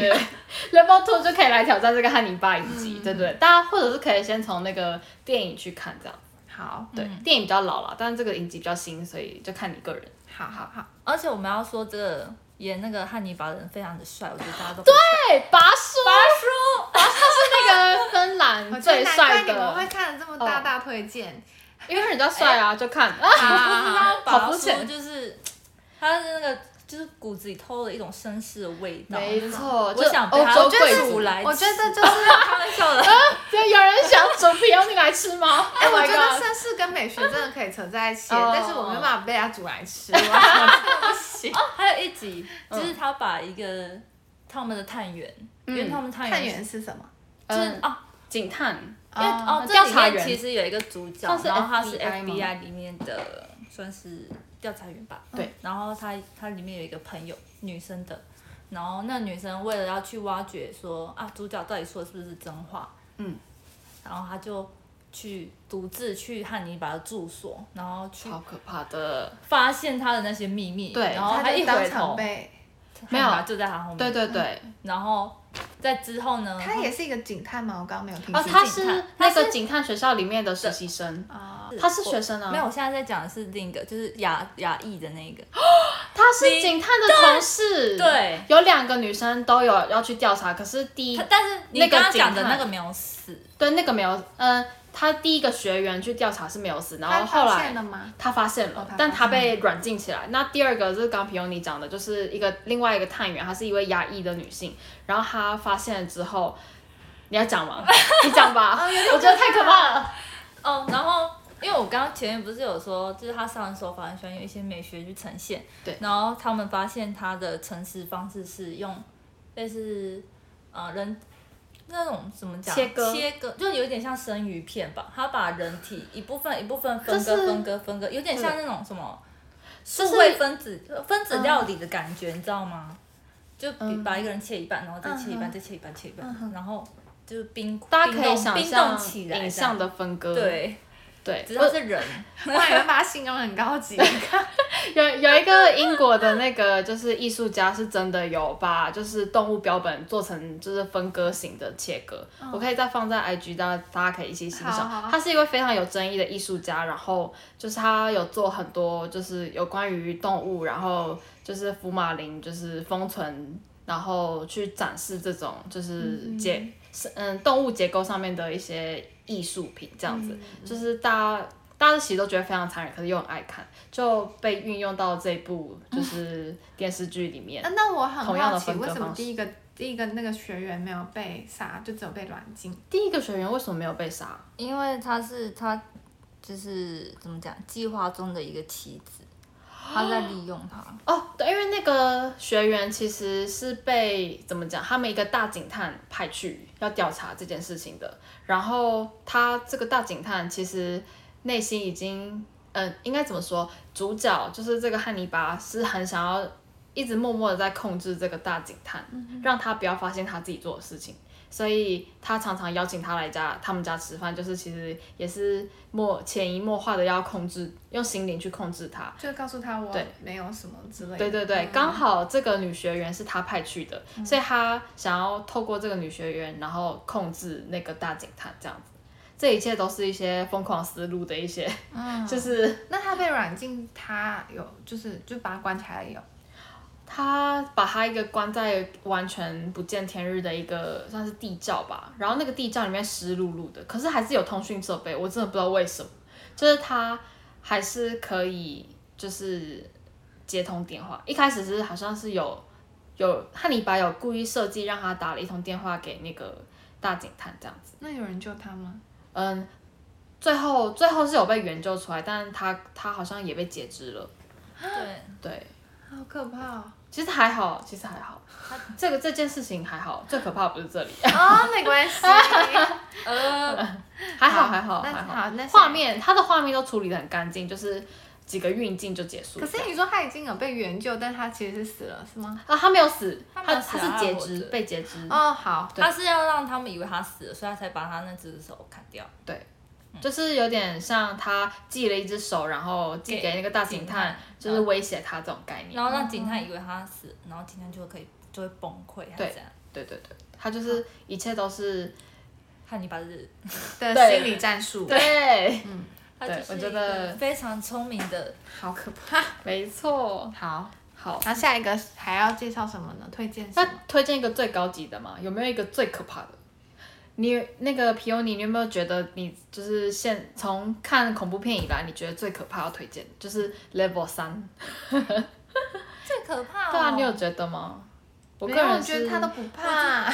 [SPEAKER 2] 对 Level Two 就可以来挑战这个汉尼拔影集，对不对？大家或者是可以先从那个电影去看，这样
[SPEAKER 1] 好，
[SPEAKER 2] 对。电影比较老了，但是这个影集比较新，所以就看你个人。
[SPEAKER 1] 好好好，
[SPEAKER 3] 而且我们要说这个演那个汉尼拔的人非常的帅，我觉得大家都
[SPEAKER 1] 哎
[SPEAKER 2] 对，拔叔，拔叔，拔叔是那个芬
[SPEAKER 1] 我
[SPEAKER 2] 兰
[SPEAKER 1] 觉得
[SPEAKER 2] 最
[SPEAKER 1] 难怪
[SPEAKER 2] 帅
[SPEAKER 1] 你们会哎
[SPEAKER 2] 的，
[SPEAKER 1] 看得这么大大推荐，
[SPEAKER 2] 因为人家帅啊，就看啊。
[SPEAKER 3] 不 知道
[SPEAKER 2] 好
[SPEAKER 3] 拔
[SPEAKER 2] 肤
[SPEAKER 3] 叔
[SPEAKER 2] 浅
[SPEAKER 3] 就是他的那个就是骨子里透了一种绅士的味道，
[SPEAKER 2] 没错，
[SPEAKER 3] 我
[SPEAKER 2] 就
[SPEAKER 3] 想被
[SPEAKER 2] 欧
[SPEAKER 3] 他
[SPEAKER 2] 洲贵
[SPEAKER 3] 煮
[SPEAKER 2] 族
[SPEAKER 3] 来吃，
[SPEAKER 1] 我觉得就是，
[SPEAKER 3] 开玩 笑的，哦
[SPEAKER 2] 就有人想煮皮尤你来吃吗？
[SPEAKER 1] 哎，
[SPEAKER 2] Oh
[SPEAKER 1] 我
[SPEAKER 2] my
[SPEAKER 1] 觉得
[SPEAKER 2] god
[SPEAKER 1] 绅士跟美学真的可以扯在一 起，
[SPEAKER 2] 哦
[SPEAKER 1] 但是我没办法被他煮来吃，我 真的不行。
[SPEAKER 3] 还有一集
[SPEAKER 2] 嗯
[SPEAKER 3] 就是他把一个他们的探员，因为他们探
[SPEAKER 1] 探
[SPEAKER 3] 员
[SPEAKER 1] 员是什么？
[SPEAKER 3] 就是
[SPEAKER 2] 嗯
[SPEAKER 3] 啊，
[SPEAKER 2] 警探，
[SPEAKER 3] 因为哦，这
[SPEAKER 2] 呃调查
[SPEAKER 3] 里
[SPEAKER 2] 员
[SPEAKER 3] 面其实有一个主角
[SPEAKER 2] 他，是
[SPEAKER 3] 然后他是
[SPEAKER 2] FBI 吗
[SPEAKER 3] FBI 里面的算是调查员吧，嗯
[SPEAKER 2] 对，
[SPEAKER 3] 然后他他里面有一个朋友，女生的，然后那女生为了要去挖掘说啊主角到底说的是不是真话，
[SPEAKER 2] 嗯，
[SPEAKER 3] 然后他就去独自去汉尼拔的住所，然后去
[SPEAKER 2] 超可怕的。
[SPEAKER 3] 发现他的那些秘密，
[SPEAKER 2] 对
[SPEAKER 3] 然后
[SPEAKER 1] 他
[SPEAKER 3] 一
[SPEAKER 1] 就
[SPEAKER 3] 回
[SPEAKER 1] 当场
[SPEAKER 3] 头，
[SPEAKER 1] 被，
[SPEAKER 3] 没有
[SPEAKER 2] 没有
[SPEAKER 3] 就在他后面，
[SPEAKER 2] 对对对，
[SPEAKER 3] 然后在之后呢，
[SPEAKER 1] 他也是一个警探吗？我刚刚没有听
[SPEAKER 2] 哦，
[SPEAKER 1] 清
[SPEAKER 2] 他
[SPEAKER 1] 楚。
[SPEAKER 2] 是
[SPEAKER 3] 警探
[SPEAKER 2] 那
[SPEAKER 3] 他
[SPEAKER 2] 个
[SPEAKER 3] 是
[SPEAKER 2] 警探学校里面的实习生，
[SPEAKER 1] 啊，
[SPEAKER 2] 他是学生啊，
[SPEAKER 3] 没有，，我现在在讲的是另一个，就是亚亚裔的那个，
[SPEAKER 2] 他是警探的同事，
[SPEAKER 3] 对，
[SPEAKER 2] 有两个女生都有要去调查，可是第一
[SPEAKER 3] 他，但是你
[SPEAKER 2] 那个
[SPEAKER 3] 刚刚
[SPEAKER 2] 警
[SPEAKER 3] 讲的
[SPEAKER 2] 探
[SPEAKER 3] 那个没有死，
[SPEAKER 2] 对那个没有，嗯，他第一个学员去调查是没有死，然后
[SPEAKER 1] 他
[SPEAKER 2] 后
[SPEAKER 1] 发现了
[SPEAKER 2] 来
[SPEAKER 1] 吗？
[SPEAKER 2] 他发现
[SPEAKER 1] 哦
[SPEAKER 2] 了
[SPEAKER 1] 他，
[SPEAKER 2] 但
[SPEAKER 1] 发
[SPEAKER 2] 他被软禁起来。那第二个就是刚刚皮尤你讲的，就是一个另外一个探员，她是一位亚裔的女性，然后她发现了之后，你要讲吗？你讲 吧，我
[SPEAKER 3] 啊
[SPEAKER 2] 觉得太可怕了。
[SPEAKER 3] 哦，然后因为我刚刚前面不是有说，就是他杀人手法很喜欢用一些美学去呈现，
[SPEAKER 2] 对
[SPEAKER 3] 然后他们发现他的诚实方式是用类似呃人那种怎么讲
[SPEAKER 2] 切割
[SPEAKER 3] 切割就有点像生鱼片吧，他把人体一部分一部分
[SPEAKER 2] 这
[SPEAKER 3] 分割
[SPEAKER 2] 是
[SPEAKER 3] 分割分割，有点像那种什么
[SPEAKER 2] 这
[SPEAKER 3] 数
[SPEAKER 2] 是
[SPEAKER 3] 位分子分子料理的感觉，你知道吗？就比把一个人切一半，然后再切一半，
[SPEAKER 1] 嗯哼
[SPEAKER 3] 再切一半，切一半
[SPEAKER 1] 嗯，哼
[SPEAKER 3] 然后就是冰，
[SPEAKER 2] 大家可
[SPEAKER 3] 冰
[SPEAKER 2] 以
[SPEAKER 3] 冻
[SPEAKER 2] 想
[SPEAKER 3] 冰冻
[SPEAKER 2] 象
[SPEAKER 3] 起来
[SPEAKER 2] 影
[SPEAKER 3] 这样
[SPEAKER 2] 像的分割，
[SPEAKER 3] 对，
[SPEAKER 2] 对，
[SPEAKER 3] 只是他是人，
[SPEAKER 1] 我以为把他形容得很高级，
[SPEAKER 2] 有有一个英国的那个就是艺术家是真的有把就是动物标本做成就是分割型的切割，我可以再放在 IG，大家大家可以一起
[SPEAKER 1] 嗯
[SPEAKER 2] 欣
[SPEAKER 1] 好好
[SPEAKER 2] 赏。他是一位非常有争议的艺术家，然后就是他有做很多就是有关于动物，然后就是福马林就是封存，然后去展示这种
[SPEAKER 1] 嗯
[SPEAKER 2] 就是结是嗯动物结构上面的一些艺术品这样
[SPEAKER 1] 嗯
[SPEAKER 2] 子，就是大家大家其实都觉得非常残忍，可是又很爱看，就被运用到这部就是电视剧里面。
[SPEAKER 1] 啊，那我很
[SPEAKER 2] 同样
[SPEAKER 1] 好
[SPEAKER 2] 的
[SPEAKER 1] 奇，
[SPEAKER 2] 分割
[SPEAKER 1] 为什么
[SPEAKER 2] 方式
[SPEAKER 1] 第一个第一个那个学员没有被杀，就只有被软禁？
[SPEAKER 2] 第一个学员为什么没有被杀？
[SPEAKER 3] 因为他是他就是怎么讲，计划中的一个棋子，他在利用他。
[SPEAKER 2] 哦，对，因为那个学员其实是被怎么讲，他们一个大警探派去要调查这件事情的。然后他这个大警探其实内心已经，嗯，应该怎么说？主角就是这个汉尼拔是很想要一直默默的在控制这个大警探，让他不要发现他自己做的事情。所以他常常邀请他来家他们家吃饭，就是其实也是默潜移默化的要控制，用心灵去控制他。
[SPEAKER 1] 就告诉他我
[SPEAKER 2] 对
[SPEAKER 1] 没有什么之类的。嗯
[SPEAKER 2] 对对对，刚好这个女学员是他派去的，所以他想要透过这个女学员，然后控制那个大警探这样子。这一切都是一些疯狂思路的一些，
[SPEAKER 1] 嗯
[SPEAKER 2] 就是
[SPEAKER 1] 那他被软禁，他有就是就把他关起来了有。哦
[SPEAKER 2] 他把他一个关在完全不见天日的一个算是地窖吧，然后那个地窖里面湿漉漉的，可是还是有通讯设备，我真的不知道为什么，就是他还是可以就是接通电话。一开始是好像是有有汉尼拔有故意设计让他打了一通电话给那个大警探这样子，
[SPEAKER 1] 那有人救他吗？
[SPEAKER 2] 嗯，最后最后是有被援救出来，但是他他好像也被截肢了，
[SPEAKER 3] 对，
[SPEAKER 2] 对。
[SPEAKER 1] 好可怕 哦！
[SPEAKER 2] 其实还好，其实还好，这个这件事情还好，最可怕的不是这里，
[SPEAKER 1] 哦，没关系。
[SPEAKER 3] 呃，
[SPEAKER 2] 还好还好
[SPEAKER 1] 那
[SPEAKER 2] 还
[SPEAKER 1] 好那
[SPEAKER 2] 画面它的画面都处理的很干净，就是几个运镜就结束
[SPEAKER 1] 可
[SPEAKER 2] 了。
[SPEAKER 1] 是你说他已经有被援救，但他其实是死了，是吗？
[SPEAKER 2] 啊，他没有死，
[SPEAKER 3] 他
[SPEAKER 2] 他
[SPEAKER 3] 没有死
[SPEAKER 2] 是
[SPEAKER 3] 他
[SPEAKER 2] 截
[SPEAKER 3] 还活
[SPEAKER 2] 肢
[SPEAKER 3] 着，
[SPEAKER 2] 被截肢，
[SPEAKER 1] 哦，好，
[SPEAKER 2] 对
[SPEAKER 3] 他是要让他们以为他死了，所以他才把他那只手砍掉。
[SPEAKER 2] 就是有点像他寄了一只手，然后寄
[SPEAKER 3] 给
[SPEAKER 2] 给那个大警探，就是威胁他这种概念。
[SPEAKER 3] 然后让警探以为他死，然后警探就可以就会崩溃，他
[SPEAKER 2] 对
[SPEAKER 3] 这样。
[SPEAKER 2] 对对对，他就是一切都是
[SPEAKER 3] 汉尼拔是，
[SPEAKER 1] 的
[SPEAKER 2] 对
[SPEAKER 1] 心理战术，
[SPEAKER 2] 对，
[SPEAKER 3] 他
[SPEAKER 2] 对
[SPEAKER 3] 就是
[SPEAKER 2] 我
[SPEAKER 3] 一
[SPEAKER 2] 觉
[SPEAKER 3] 个
[SPEAKER 2] 得
[SPEAKER 3] 非常聪明的。
[SPEAKER 1] 好可怕。
[SPEAKER 2] 没错。
[SPEAKER 1] 好，
[SPEAKER 2] 好，
[SPEAKER 1] 那下一个还要介绍什么呢？推荐什
[SPEAKER 2] 那
[SPEAKER 1] 么？
[SPEAKER 2] 推荐一个最高级的嘛？有没有一个最可怕的？你那个皮尤尼，你有没有觉得你就是现从看恐怖片以来，你觉得最可怕要推荐就是 Level 三？
[SPEAKER 3] 最可怕、哦。
[SPEAKER 2] 对啊，你有觉得吗？我个
[SPEAKER 1] 没有
[SPEAKER 2] 人
[SPEAKER 1] 觉
[SPEAKER 2] 是
[SPEAKER 1] 得他都不怕。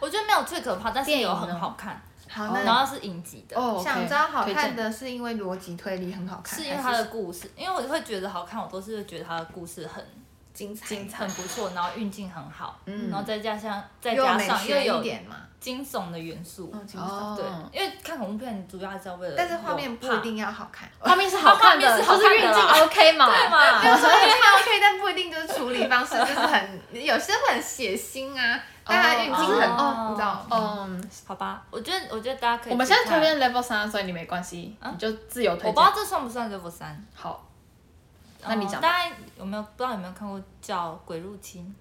[SPEAKER 3] 我觉得没有最可怕，但是
[SPEAKER 2] 电影
[SPEAKER 3] 有
[SPEAKER 2] 呢
[SPEAKER 3] 很好看，
[SPEAKER 1] 好，哦那
[SPEAKER 3] 然后是影集的，
[SPEAKER 2] 哦，OK，
[SPEAKER 1] 想知道好
[SPEAKER 2] 推
[SPEAKER 1] 看
[SPEAKER 2] 荐
[SPEAKER 1] 的是因为逻辑推理很好看，
[SPEAKER 3] 是因为
[SPEAKER 1] 还
[SPEAKER 3] 他的故事，因为我会觉得好看，我都是觉得他的故事很
[SPEAKER 1] 精彩，
[SPEAKER 3] 精很不错，然后运镜很好，
[SPEAKER 2] 嗯
[SPEAKER 3] 然后再加上再
[SPEAKER 1] 又
[SPEAKER 3] 加
[SPEAKER 1] 美
[SPEAKER 3] 上又
[SPEAKER 1] 学一
[SPEAKER 3] 有
[SPEAKER 1] 点嘛，
[SPEAKER 3] 惊悚的元素，
[SPEAKER 1] 嗯，精彩。
[SPEAKER 2] 哦，
[SPEAKER 3] 对，因为看恐怖片主要还是要为了有怕，
[SPEAKER 1] 但是画面不一定要好看，
[SPEAKER 2] 画面是好看
[SPEAKER 3] 画面
[SPEAKER 2] 的，
[SPEAKER 3] 是好看
[SPEAKER 2] 就
[SPEAKER 3] 的哦
[SPEAKER 2] 是运镜 OK 嘛？
[SPEAKER 3] 对嘛？
[SPEAKER 1] 所以它 OK，但不一定就是处理方式就是很，有些会很血腥啊，但它运镜很，
[SPEAKER 3] 哦
[SPEAKER 1] 你知道吗？
[SPEAKER 2] 嗯，
[SPEAKER 3] 好吧，我觉得我觉得大家可以。啊
[SPEAKER 2] 我们现在推，荐 Level 三，所以你没关系，你就自由
[SPEAKER 3] 我
[SPEAKER 2] 推
[SPEAKER 3] 不
[SPEAKER 2] 荐
[SPEAKER 3] 知道。这算不算 level 三。
[SPEAKER 2] 好，那你
[SPEAKER 3] 嗯
[SPEAKER 2] 讲吧。
[SPEAKER 3] 大家有没有不知道有没有看过叫《鬼入侵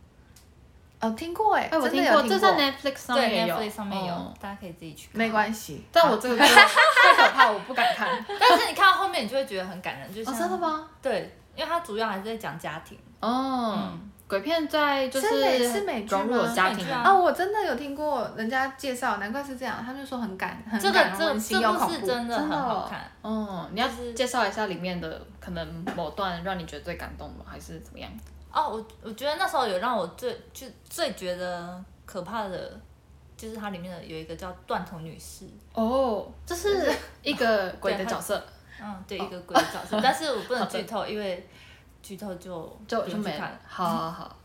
[SPEAKER 1] 哦，听过哎，
[SPEAKER 2] 哎，我
[SPEAKER 1] 真
[SPEAKER 2] 听
[SPEAKER 1] 的
[SPEAKER 2] 过，
[SPEAKER 1] 有
[SPEAKER 2] 这在 Netflix》？上面也
[SPEAKER 3] 对
[SPEAKER 2] 有
[SPEAKER 3] ，Netflix 上面有
[SPEAKER 2] 哦，
[SPEAKER 3] 大家可以自己去看。
[SPEAKER 1] 没关系，
[SPEAKER 2] 但我这 个真的太可怕，我不敢看。
[SPEAKER 3] 但是你看到后面，你就会觉得很感人，就像、
[SPEAKER 2] 哦，真的？吗？
[SPEAKER 3] 对，因为它主要还是在讲家庭。
[SPEAKER 2] 哦，鬼片在就是
[SPEAKER 1] 美是美剧吗
[SPEAKER 2] 融入我家庭
[SPEAKER 3] 嗯美剧啊
[SPEAKER 1] 啊，我真的有听过人家介绍，难怪是这样，他们就说很感很
[SPEAKER 3] 这个
[SPEAKER 1] 感人
[SPEAKER 3] 这
[SPEAKER 1] 温馨又
[SPEAKER 3] 这部
[SPEAKER 1] 恐
[SPEAKER 3] 是
[SPEAKER 1] 怖，
[SPEAKER 3] 真的
[SPEAKER 2] 真
[SPEAKER 3] 很
[SPEAKER 2] 的
[SPEAKER 3] 好
[SPEAKER 2] 哦
[SPEAKER 3] 看。
[SPEAKER 2] 哦，你要介绍一下里面的可能某段让你觉得最感动吗？还是怎么样？
[SPEAKER 3] 哦，我我觉得那时候有让我最就最觉得可怕的，就是它里面的有一个叫断头女士，
[SPEAKER 2] 哦，这是一个鬼的角色，
[SPEAKER 3] 嗯，
[SPEAKER 2] 哦
[SPEAKER 3] 对，一个鬼的角 色，但是我不能剧透，因为剧透就
[SPEAKER 2] 就
[SPEAKER 3] 不
[SPEAKER 2] 就
[SPEAKER 3] 用去
[SPEAKER 2] 没
[SPEAKER 3] 看
[SPEAKER 2] 了
[SPEAKER 3] 了。。
[SPEAKER 2] 好好 好，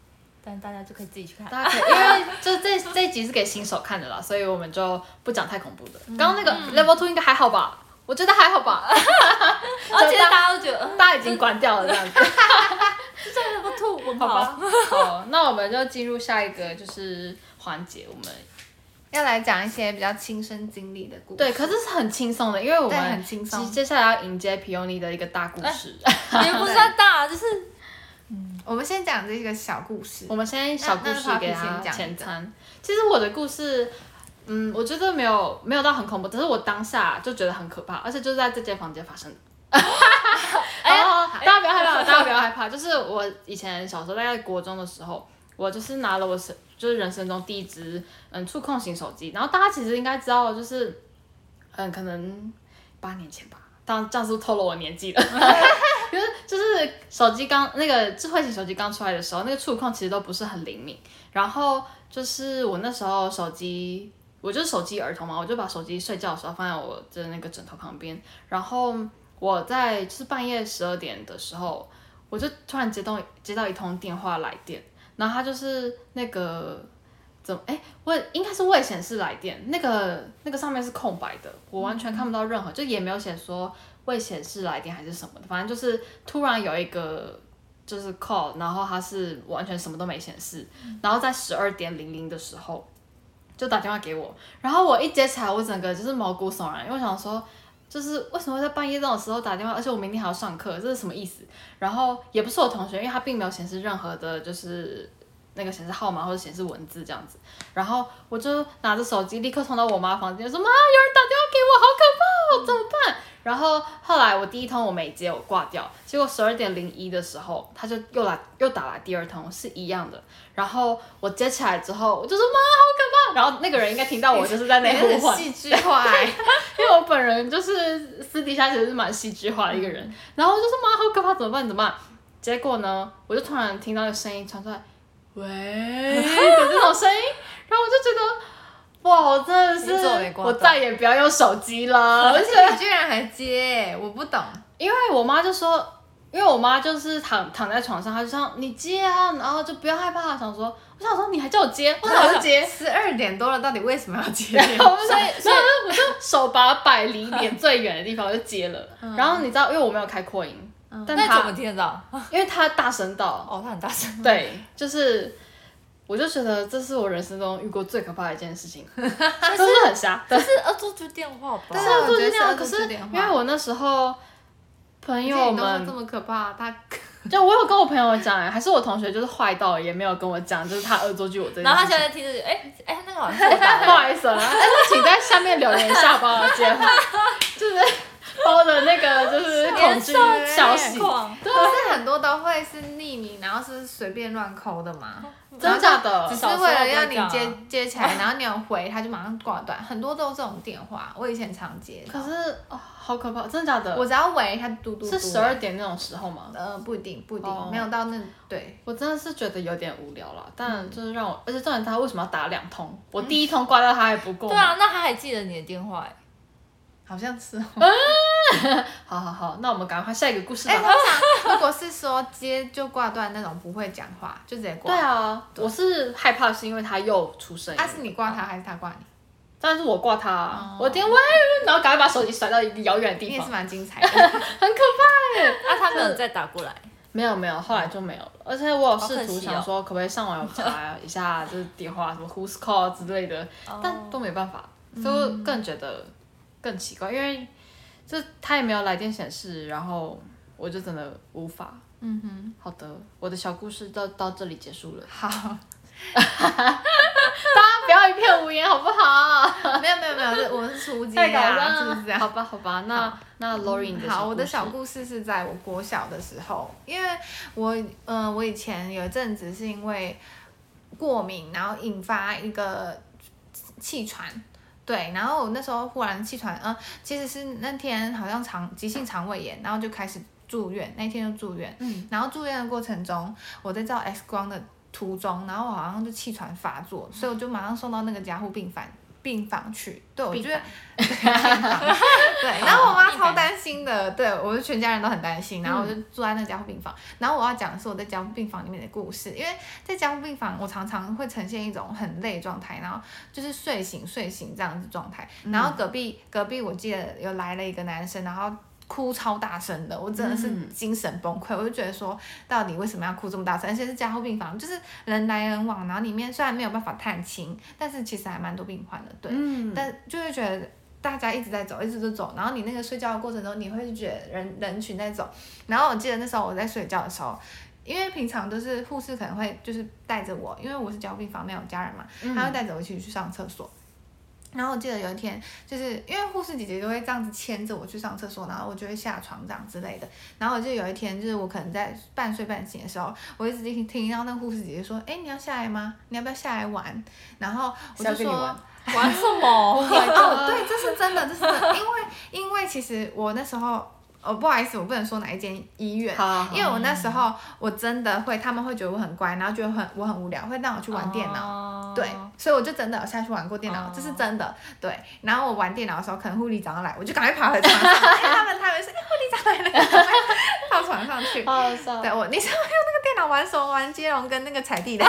[SPEAKER 3] 但大家就可以自己去看。
[SPEAKER 2] 大家可以，因为就这这一集是给新手看的啦，所以我们就不讲太恐怖的。
[SPEAKER 3] 嗯
[SPEAKER 2] 刚刚那个 level two 应该还好吧？我觉得还好吧，
[SPEAKER 3] 而且大家都觉得，嗯
[SPEAKER 2] 大家已经关掉了这样子。
[SPEAKER 3] 这这个吐文
[SPEAKER 2] 好
[SPEAKER 3] 好
[SPEAKER 2] 吧，好，那我们就进入下一个就是环节，我们
[SPEAKER 1] 要来讲一些比较亲身经历的故事。
[SPEAKER 2] 对，可是是很轻松的，因为我
[SPEAKER 1] 对
[SPEAKER 2] 们
[SPEAKER 1] 很轻
[SPEAKER 2] 接
[SPEAKER 1] 松。哎
[SPEAKER 2] 接下来要迎接皮尤尼的一个大故事。
[SPEAKER 3] 也不算大，就是
[SPEAKER 1] 我们先讲这个小故事
[SPEAKER 2] 我。们先小故
[SPEAKER 1] 那那
[SPEAKER 2] 事
[SPEAKER 1] Poppy
[SPEAKER 2] 给他
[SPEAKER 1] 先讲
[SPEAKER 2] 前
[SPEAKER 1] 一个
[SPEAKER 2] 餐。其实我的故事，嗯，我觉得没有没有到很恐怖，只是我当下就觉得很可怕，而且就是在这间房间发 生的。哎呀，大家不要害怕，大家不要害怕。就是我以前小时候，大概国中的时候，我就是拿了我是就是人生中第一支嗯触控型手机，然后大家其实应该知道，就是嗯可能八年前吧，当这样是不是透露我年纪 了。就是就是手机刚那个智慧型手机刚出来的时候，那个触控其实都不是很灵敏。然后就是我那时候手机，我就是手机儿童嘛，我就把手机睡觉的时候放在我的那个枕头旁边。然后我在就是半夜十二点的时候，我就突然接到接到一通电话来电，然后他就是那个。怎么？哎，我应该是未显示来电，那个那个上面是空白的，我完全看不到任何，就也没有写说未显示来电还是什么的，反正就是突然有一个就是 call，然后它是完全什么都没显示，然后在十二点零零的时候就打电话给我，然后我一接起来，我整个就是毛骨悚然，因为我想说。就是为什么会在半夜这种时候打电话，而且我明天还要上课，这是什么意思？然后也不是我同学，因为他并没有显示任何的，就是那个显示号码或者显示文字这样子。然后我就拿着手机立刻冲到我妈房间，说妈，有人打电话给我，好可怕哦，怎么办？然后后来我第一通我没接，我挂掉。结果十二点零一的时候，他就又来又打来第二通，是一样的。然后我接起来之后，我就说妈，好可怕。然后那个人应该听到我就是在那
[SPEAKER 1] 你
[SPEAKER 2] 呼
[SPEAKER 1] 哎很
[SPEAKER 2] 唤，
[SPEAKER 1] 戏剧化欸，
[SPEAKER 2] 因为我本人就是私底下其实是蛮戏剧化的一个人，然后我就说妈好可怕，怎么办怎么办？结果呢，我就突然听到一个声音传出来，喂 的这种声音， 然后我就觉得，哇，我真的
[SPEAKER 3] 你皱眉
[SPEAKER 2] 是，
[SPEAKER 3] 挂
[SPEAKER 2] 我
[SPEAKER 3] 蛋
[SPEAKER 2] 再也不要用手机 了，
[SPEAKER 1] 而且你居然还接，我不懂。
[SPEAKER 2] 因为我妈就说，因为我妈就是躺躺在床上，她就说你接啊，然后就不要害怕，想说，我想说你还叫我接，我想说接，
[SPEAKER 1] 十二点多了，到底为什么要 接？
[SPEAKER 2] 然后所以所以我就手把摆离脸最远的地方我就接了，然后你知道，因为我没有开扩音，但
[SPEAKER 3] 那怎么
[SPEAKER 2] 他
[SPEAKER 3] 听得到？
[SPEAKER 2] 因为他大声到，
[SPEAKER 3] 哦，他很大声，
[SPEAKER 2] 对，就是。我就觉得这是我人生中遇过最可怕的一件事情，是不是很瞎？对，
[SPEAKER 3] 可是恶作剧电话吧
[SPEAKER 1] 对？
[SPEAKER 2] 是恶作
[SPEAKER 1] 我觉得是
[SPEAKER 2] 剧这样。
[SPEAKER 1] 恶作
[SPEAKER 2] 可
[SPEAKER 1] 剧
[SPEAKER 2] 是
[SPEAKER 1] 电
[SPEAKER 2] 因
[SPEAKER 1] 话
[SPEAKER 2] 为我那时候朋
[SPEAKER 1] 因
[SPEAKER 2] 友
[SPEAKER 1] 你都说这
[SPEAKER 2] 们，
[SPEAKER 1] 么可怕，他
[SPEAKER 2] 就我有跟我朋友讲、哎，还是我同学就是坏到也没有跟我讲，就是他恶作剧我这件事情。
[SPEAKER 3] 然后他现在听着就，哎哎，那个好像是我打
[SPEAKER 2] 不
[SPEAKER 3] 的，
[SPEAKER 2] 好意思啊，但是请在下面留言一下帮我接话，就是把我的那个就是恐惧消息，
[SPEAKER 3] 狂，
[SPEAKER 1] 可是很多都会是匿名，然后是随便乱抠的嘛，
[SPEAKER 2] 哦真的假的
[SPEAKER 1] 只？是
[SPEAKER 3] 小时候
[SPEAKER 1] 为了要
[SPEAKER 3] 都
[SPEAKER 1] 你
[SPEAKER 3] 这
[SPEAKER 1] 接
[SPEAKER 3] 样啊
[SPEAKER 1] 接起来，然后你有回，他就马上挂断，很多都是这种电话，我以前常接到。
[SPEAKER 2] 可是哦，好可怕，真的假的？
[SPEAKER 1] 我只要喂，他嘟嘟嘟
[SPEAKER 2] 是十二点那种时候吗？
[SPEAKER 1] 呃，不一定，不一定，
[SPEAKER 2] 哦
[SPEAKER 1] 没有到那对。
[SPEAKER 2] 我真的是觉得有点无聊了，但就是让我，而且重点他为什么要打两通？我第一通挂掉他还不够。
[SPEAKER 3] 对，啊，那他还记得你的电话哎，
[SPEAKER 1] 好像是、哦。
[SPEAKER 2] 好好好，那我们赶快下一个故事
[SPEAKER 1] 哎、
[SPEAKER 2] 吧。
[SPEAKER 1] 我想，如果是说接就挂断那种不会讲话，就直接挂。
[SPEAKER 2] 对。啊，我是害怕是因为他又出声音
[SPEAKER 1] 啊，是你挂他还是他挂你？
[SPEAKER 2] 但是我挂他啊，我点喂，然后赶快把手机甩到一个遥远的
[SPEAKER 1] 你
[SPEAKER 2] 地
[SPEAKER 1] 也
[SPEAKER 2] 方
[SPEAKER 1] 是，蛮精彩的。
[SPEAKER 2] 很可怕。
[SPEAKER 3] 啊，他没有再打过来，
[SPEAKER 2] 没有没有，后来就没有了。而且我有试
[SPEAKER 3] 好可
[SPEAKER 2] 图
[SPEAKER 3] 惜哦
[SPEAKER 2] 想说，可不可以上网有查一下，就是电话什么 Who's Call 之类的，
[SPEAKER 1] 哦
[SPEAKER 2] 但都没办法，所以我更觉得更奇怪，因为就他也没有来电显示，然后我就真的无法。
[SPEAKER 1] 嗯哼，
[SPEAKER 2] 好的，我的小故事到到这里结束了，
[SPEAKER 1] 好，啊
[SPEAKER 2] 大家不要一片无言好不好？
[SPEAKER 1] 没有没有没有，这我们是初阶
[SPEAKER 2] 太搞
[SPEAKER 1] 啊，
[SPEAKER 2] 笑
[SPEAKER 1] 是
[SPEAKER 2] 了
[SPEAKER 1] 不是啊
[SPEAKER 2] 好？吧好吧，那那 Lori 你的
[SPEAKER 1] 嗯好，我的
[SPEAKER 2] 故事
[SPEAKER 1] 小故事是在我国小的时候，因为我呃，我以前有一阵子是因为过敏，然后引发一个气喘。对，然后我那时候忽然气喘，嗯、其实是那天好像肠急性肠胃炎，然后就开始住院，那天就住院，
[SPEAKER 2] 嗯，
[SPEAKER 1] 然后住院的过程中，我在照 X 光的途中，然后我好像就气喘发作，所以我就马上送到那个加护病房病房去。对，我
[SPEAKER 2] 病
[SPEAKER 1] 觉得 对，然后我妈
[SPEAKER 3] 病
[SPEAKER 1] 超
[SPEAKER 3] 房
[SPEAKER 1] 担心的，对我的全家人都很担心，然后我就住在那个加护病房。然后我要讲的是我在加护病房里面的故事，因为在加护病房，我常常会呈现一种很累的状态，然后就是
[SPEAKER 2] 嗯
[SPEAKER 1] 睡醒睡醒这样子状态。然后隔壁、隔壁，我记得有来了一个男生，然后哭超大声的，我真的是
[SPEAKER 2] 嗯
[SPEAKER 1] 精神崩溃。我就觉得说，到底为什么要哭这么大声？而且是加护病房，就是人来人往，然后里面虽然没有办法探亲，但是其实还蛮多病患的，对。
[SPEAKER 2] 嗯
[SPEAKER 1] 但就会觉得大家一直在走，一直都走，然后你那个睡觉的过程中，你会觉得人人群在走。然后我记得那时候我在睡觉的时候，因为平常都是护士可能会就是带着我，因为我是交病房没有家人嘛，
[SPEAKER 2] 嗯
[SPEAKER 1] 他会带着我一起去上厕所。然后我记得有一天，就是因为护士姐姐都会这样子牵着我去上厕所，然后我就会下床这样之类的。然后我记得有一天，就是我可能在半睡半醒的时候，我一直听听到那个护士姐姐说：“哎，你要下来吗？你要不要下来玩？”然后我
[SPEAKER 2] 是
[SPEAKER 1] 就
[SPEAKER 2] 要跟你玩
[SPEAKER 1] 说：“
[SPEAKER 3] 玩什么？
[SPEAKER 1] 哦，对，这是真的，这是真的，因为因为其实我那时候，哦，不好意思，我不能说哪一间医院。
[SPEAKER 2] 好好
[SPEAKER 1] 因为我那时候我真的会，他们会觉得我很乖，然后觉得很我很无聊，会让我去玩电脑。
[SPEAKER 3] 脑
[SPEAKER 1] 对，所以我就真的有下去玩过电脑，这是真的。对，然后我玩电脑的时候，可能护理长要来，我就赶快爬回床上， 哎他们他们是哎护理长来了，赶快到床上去。
[SPEAKER 2] 好好笑，
[SPEAKER 1] 对我，你是不是用那个电脑玩什么？玩接龙跟那个踩地雷？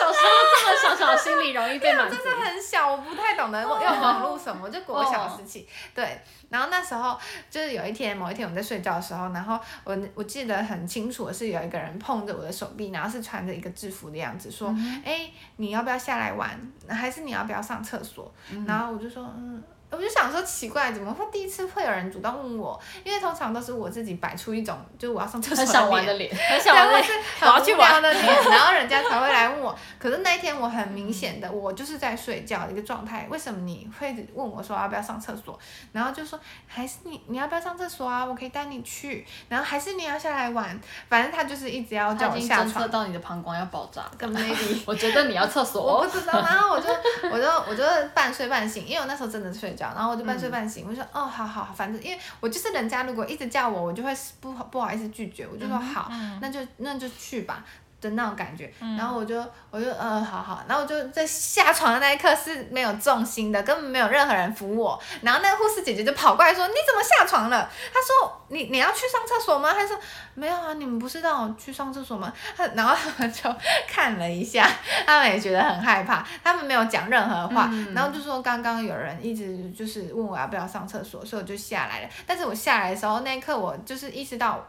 [SPEAKER 2] 小时候这么小小，心里容易被满足
[SPEAKER 1] 真。的很小，我不太懂得用网络什么，就国小的事情。对，然后那时候就是有一天，某一天我在睡觉的时候，然后我我记得很清楚的是有一个人碰着我的手臂，然后是穿着一个制服的样子，说：“哎、你要不要下来玩？还是你要不要上厕所？”然后我就说：“嗯。”我就想说奇怪，怎么会第一次会有人主动问我？因为通常都是我自己摆出一种就是我要 上厕所
[SPEAKER 2] 很
[SPEAKER 1] 的
[SPEAKER 2] 想玩
[SPEAKER 1] 脸
[SPEAKER 2] 的脸，
[SPEAKER 3] 很
[SPEAKER 1] 对，
[SPEAKER 3] 想
[SPEAKER 1] 或
[SPEAKER 3] 玩
[SPEAKER 1] 是
[SPEAKER 3] 我要去玩
[SPEAKER 1] 很无聊的脸， 然后人家才会来问我。可是那一天我很明显的，我就是在睡觉的一个状态。为什么你会问我说要不要上厕所？然后就说还是你你要不要上厕所啊？我可以带你去。然后还是你要下来玩，反正他就是一直要
[SPEAKER 2] 他
[SPEAKER 1] 叫我
[SPEAKER 2] 已经
[SPEAKER 1] 下
[SPEAKER 2] 侦测
[SPEAKER 1] 床。
[SPEAKER 2] 到你的膀胱要爆炸了。
[SPEAKER 1] 跟 maybe
[SPEAKER 2] 我觉得你要厕
[SPEAKER 1] 我
[SPEAKER 2] 所，
[SPEAKER 1] 不知道，然后我就我就我就半睡半醒，因为我那时候真的睡觉，然后我就半睡半醒，我就说哦，好好，好反正因为我就是人家如果一直叫我，我就会不好不好意思拒绝，我就说好，那就那就去吧。的那种感觉，然后我就我就呃好好，然后我就在下床的那一刻是没有重心的，根本没有任何人扶我。然后那个护士姐姐就跑过来说：“你怎么下床了？”她说：“你你要去上厕所吗？”她说：“没有啊，你们不是让我去上厕所吗？”她然后他们就 看了一下， 他们也觉得很害怕，他们没有讲任何话，然后就说刚刚有人一直就是问我要不要上厕所，所以我就下来了。但是我下来的时候，那一刻我就是意识到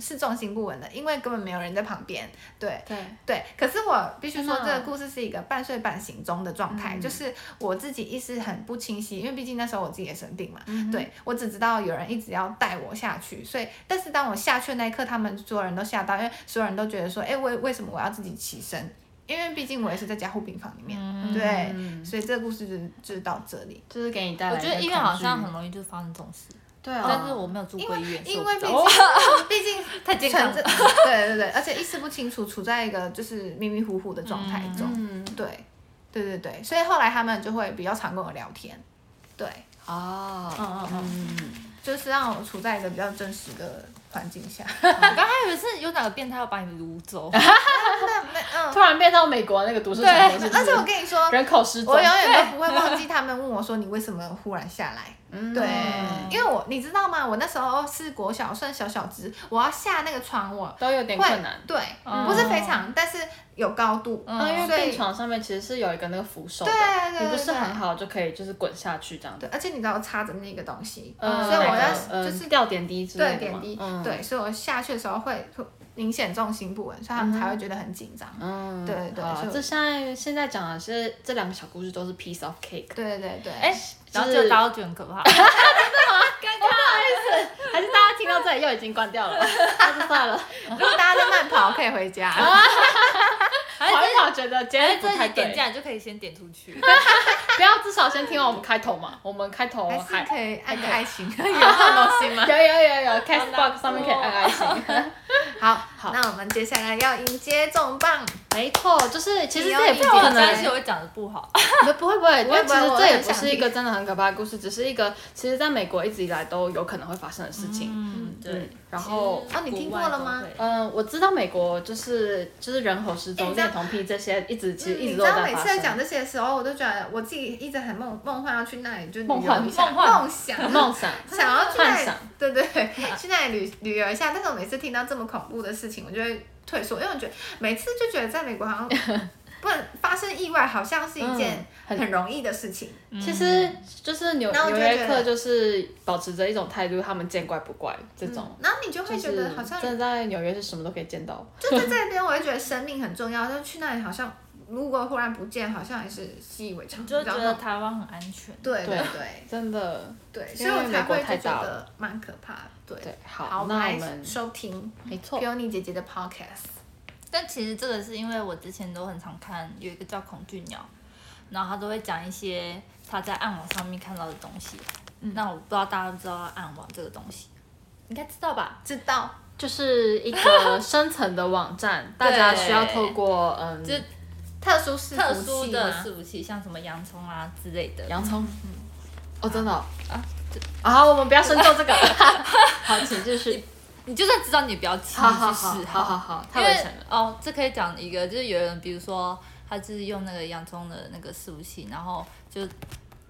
[SPEAKER 1] 是重心不稳的，因为根本没有人在旁边。对
[SPEAKER 2] 对，
[SPEAKER 1] 对，可是我必须说，
[SPEAKER 3] 嗯
[SPEAKER 2] 天
[SPEAKER 1] 这
[SPEAKER 2] 哪
[SPEAKER 1] 个故事是一个半睡半醒中的状态，
[SPEAKER 2] 嗯
[SPEAKER 1] 就是我自己意识很不清晰，因为毕竟那时候我自己也生病嘛。
[SPEAKER 3] 嗯
[SPEAKER 1] 对我只知道有人一直要带我下去，所以但是当我下去的那一刻，他们所有人都吓到，因为所有人都觉得说，哎、为为什么我要自己起身？因为毕竟我也是在加护病房里面，对，
[SPEAKER 2] 嗯
[SPEAKER 1] 所以这个故事就是就是到这里。
[SPEAKER 2] 就是给你带来
[SPEAKER 3] 我
[SPEAKER 2] 一个恐惧。
[SPEAKER 3] 觉得医院好像很容易就发生这种事，
[SPEAKER 2] 对啊，
[SPEAKER 3] 但是我没有住过医院，
[SPEAKER 1] 因为毕
[SPEAKER 3] 所以
[SPEAKER 1] 竟、
[SPEAKER 3] 我不知道
[SPEAKER 1] 毕竟
[SPEAKER 3] 太健康了
[SPEAKER 1] 存在 对对对，而且意识不清楚，处在一个就是迷迷糊糊的状态中。
[SPEAKER 2] 嗯
[SPEAKER 1] 对，对对对，所以后来他们就会比较常跟我聊天，对，
[SPEAKER 3] 哦
[SPEAKER 2] 啊，
[SPEAKER 1] 嗯嗯
[SPEAKER 2] 嗯，
[SPEAKER 1] 嗯，就是让我处在一个比较真实的环境下。
[SPEAKER 3] 我刚还以为是有哪个变态要把你掳走，
[SPEAKER 1] 那没嗯，
[SPEAKER 2] 突然变到美国那个都市
[SPEAKER 1] 对，
[SPEAKER 2] 传说，是不
[SPEAKER 1] 而且我
[SPEAKER 2] 是
[SPEAKER 1] 跟你说，
[SPEAKER 2] 人口失踪
[SPEAKER 1] 我，永远都不会忘记 他们问我说你为什么忽然下来。
[SPEAKER 2] 嗯
[SPEAKER 1] 对，因为我你知道吗？我那时候是国小，算小小只，我要下那个床，我
[SPEAKER 2] 都有
[SPEAKER 1] 会
[SPEAKER 2] 点困难。
[SPEAKER 1] 对，
[SPEAKER 3] 嗯
[SPEAKER 1] 不是非常，但是有高度，
[SPEAKER 2] 啊，因为
[SPEAKER 1] 所以
[SPEAKER 2] 病床上面其实是有一个那个扶手的，
[SPEAKER 1] 对对对
[SPEAKER 2] 你不是
[SPEAKER 1] 对
[SPEAKER 2] 很好就可以就是滚下去这样子。
[SPEAKER 1] 对，而且你知道我插着那个东西，
[SPEAKER 2] 嗯
[SPEAKER 1] 所以我
[SPEAKER 2] 那
[SPEAKER 1] 要
[SPEAKER 2] 个嗯
[SPEAKER 1] 就是
[SPEAKER 2] 吊点滴之
[SPEAKER 1] 对
[SPEAKER 2] 类的
[SPEAKER 1] 点
[SPEAKER 2] 嘛
[SPEAKER 1] 滴，
[SPEAKER 2] 嗯，
[SPEAKER 1] 对，所以我下去的时候会会明显重心不稳，所以他们才会觉得很紧张。
[SPEAKER 2] 嗯，
[SPEAKER 1] 对对对
[SPEAKER 2] 好啊
[SPEAKER 1] 所以我
[SPEAKER 2] 这现在现在讲的是这两个小故事都是 piece of cake，
[SPEAKER 1] 对对对，
[SPEAKER 3] 哎，然后就大家都觉得很可怕。
[SPEAKER 2] 还是大家听到这里又已经关掉了，那就算了。
[SPEAKER 1] 如果大家在慢跑，可以回 家。
[SPEAKER 2] 哦
[SPEAKER 3] 还是
[SPEAKER 2] 跑一跑觉得今
[SPEAKER 3] 哎，
[SPEAKER 2] 天不
[SPEAKER 3] 这
[SPEAKER 2] 太
[SPEAKER 3] 你点
[SPEAKER 2] 对，
[SPEAKER 3] 进来就可以先点出 去。
[SPEAKER 2] 不要至少先听完我们开头嘛，我们开头
[SPEAKER 1] 还
[SPEAKER 2] 还
[SPEAKER 1] 是可以按个爱心， 有这种东西吗？
[SPEAKER 2] 有有有有
[SPEAKER 3] 难过
[SPEAKER 2] ，Castbox 上面可以按爱心。
[SPEAKER 1] 好，那我们接下来要迎接重磅，
[SPEAKER 2] 没错，就是其实
[SPEAKER 1] 你
[SPEAKER 2] 这
[SPEAKER 1] 要
[SPEAKER 2] 也不
[SPEAKER 1] 一直
[SPEAKER 2] 可
[SPEAKER 1] 往
[SPEAKER 2] 能
[SPEAKER 1] 下
[SPEAKER 3] 但
[SPEAKER 1] 去
[SPEAKER 3] 是我讲的不好，
[SPEAKER 1] 嗯
[SPEAKER 2] 不不会不会，因
[SPEAKER 1] 不会
[SPEAKER 2] 为
[SPEAKER 1] 不
[SPEAKER 2] 其
[SPEAKER 1] 会
[SPEAKER 2] 实
[SPEAKER 1] 我
[SPEAKER 2] 这也
[SPEAKER 1] 很
[SPEAKER 2] 不
[SPEAKER 1] 想
[SPEAKER 2] 是一个真的很可怕的故事，只是一个其实在美国一直以来都有可能会发生的事情。
[SPEAKER 3] 嗯，对。
[SPEAKER 2] 然后
[SPEAKER 1] 啊你听过了吗
[SPEAKER 3] 国外都会
[SPEAKER 2] 嗯，我知道美国就是就是人口失
[SPEAKER 1] 哎你
[SPEAKER 2] 踪、
[SPEAKER 1] 知道
[SPEAKER 2] 恋童癖这些，一直其实一
[SPEAKER 1] 嗯你
[SPEAKER 2] 直
[SPEAKER 1] 知
[SPEAKER 2] 都有
[SPEAKER 1] 道
[SPEAKER 2] 在
[SPEAKER 1] 每次
[SPEAKER 2] 发
[SPEAKER 1] 在
[SPEAKER 2] 生
[SPEAKER 1] 讲。这些的时候，我都觉得我自己一直很梦梦幻要去那里，就旅
[SPEAKER 2] 梦
[SPEAKER 1] 游
[SPEAKER 2] 幻
[SPEAKER 1] 一下，
[SPEAKER 3] 梦幻
[SPEAKER 1] 梦想
[SPEAKER 2] 梦想，
[SPEAKER 1] 想要去那
[SPEAKER 2] 幻
[SPEAKER 1] 里
[SPEAKER 2] 想，
[SPEAKER 1] 对对，去那里旅旅游一下。但 是我每次听到这么恐怖的事情，我就会退缩，因为我觉得每次就觉得在美国好像不然发生意外好像是一件
[SPEAKER 2] 嗯很
[SPEAKER 1] 很容易的事情。
[SPEAKER 2] 其实就是纽
[SPEAKER 1] 然后
[SPEAKER 2] 纽
[SPEAKER 1] 就
[SPEAKER 2] 约
[SPEAKER 1] 觉
[SPEAKER 2] 客
[SPEAKER 1] 得
[SPEAKER 2] 就是保持着一种态度，他们见怪不怪这种。
[SPEAKER 1] 嗯然后你就会觉
[SPEAKER 2] 就是
[SPEAKER 1] 得好像
[SPEAKER 2] 真的在纽约是什么都可以见到，
[SPEAKER 1] 就在这边，我会觉得生命很重要，但去那里好像如果忽然不见，好像也是习以为常，
[SPEAKER 3] 你就
[SPEAKER 1] 你知道
[SPEAKER 3] 觉得
[SPEAKER 1] 吗
[SPEAKER 3] 台湾很安全。
[SPEAKER 1] 对对
[SPEAKER 2] 对
[SPEAKER 1] 对
[SPEAKER 2] 真的。
[SPEAKER 1] 对，所
[SPEAKER 2] 因为
[SPEAKER 1] 以我才
[SPEAKER 2] 美国
[SPEAKER 1] 会
[SPEAKER 2] 太
[SPEAKER 1] 就觉
[SPEAKER 2] 大
[SPEAKER 1] 得蛮可怕的。对，
[SPEAKER 2] 对，
[SPEAKER 1] 好，
[SPEAKER 2] 好，
[SPEAKER 1] 们
[SPEAKER 2] 那我
[SPEAKER 1] 来
[SPEAKER 2] 们
[SPEAKER 1] 收听
[SPEAKER 2] 没错，
[SPEAKER 1] Peony 姐姐的 Podcast。
[SPEAKER 3] 但其实这个是因为我之前都很常看有一个叫恐惧鸟，然后他都会讲一些他在暗网上面看到的东西。那我不知道大家知不知道暗网这个东西，应该知道吧？
[SPEAKER 1] 知道，
[SPEAKER 2] 就是一个深层的网站，大家需要透过嗯，
[SPEAKER 3] 就是
[SPEAKER 1] 特殊是
[SPEAKER 3] 特殊的
[SPEAKER 1] 是
[SPEAKER 3] 伺服器，像什么洋葱啊之类的。
[SPEAKER 2] 洋葱，哦，真的哦啊，好，我们不要深究这个，好，请继续，
[SPEAKER 3] 你就算知道，你也不要轻
[SPEAKER 2] 好
[SPEAKER 3] 易
[SPEAKER 2] 好
[SPEAKER 3] 去
[SPEAKER 2] 好
[SPEAKER 3] 试
[SPEAKER 2] 好好好，太
[SPEAKER 3] 因
[SPEAKER 2] 危
[SPEAKER 3] 为
[SPEAKER 2] 险了，
[SPEAKER 3] 哦，这可以讲一个，就是有人比如说他就是用那个洋葱的那个伺服器，然后就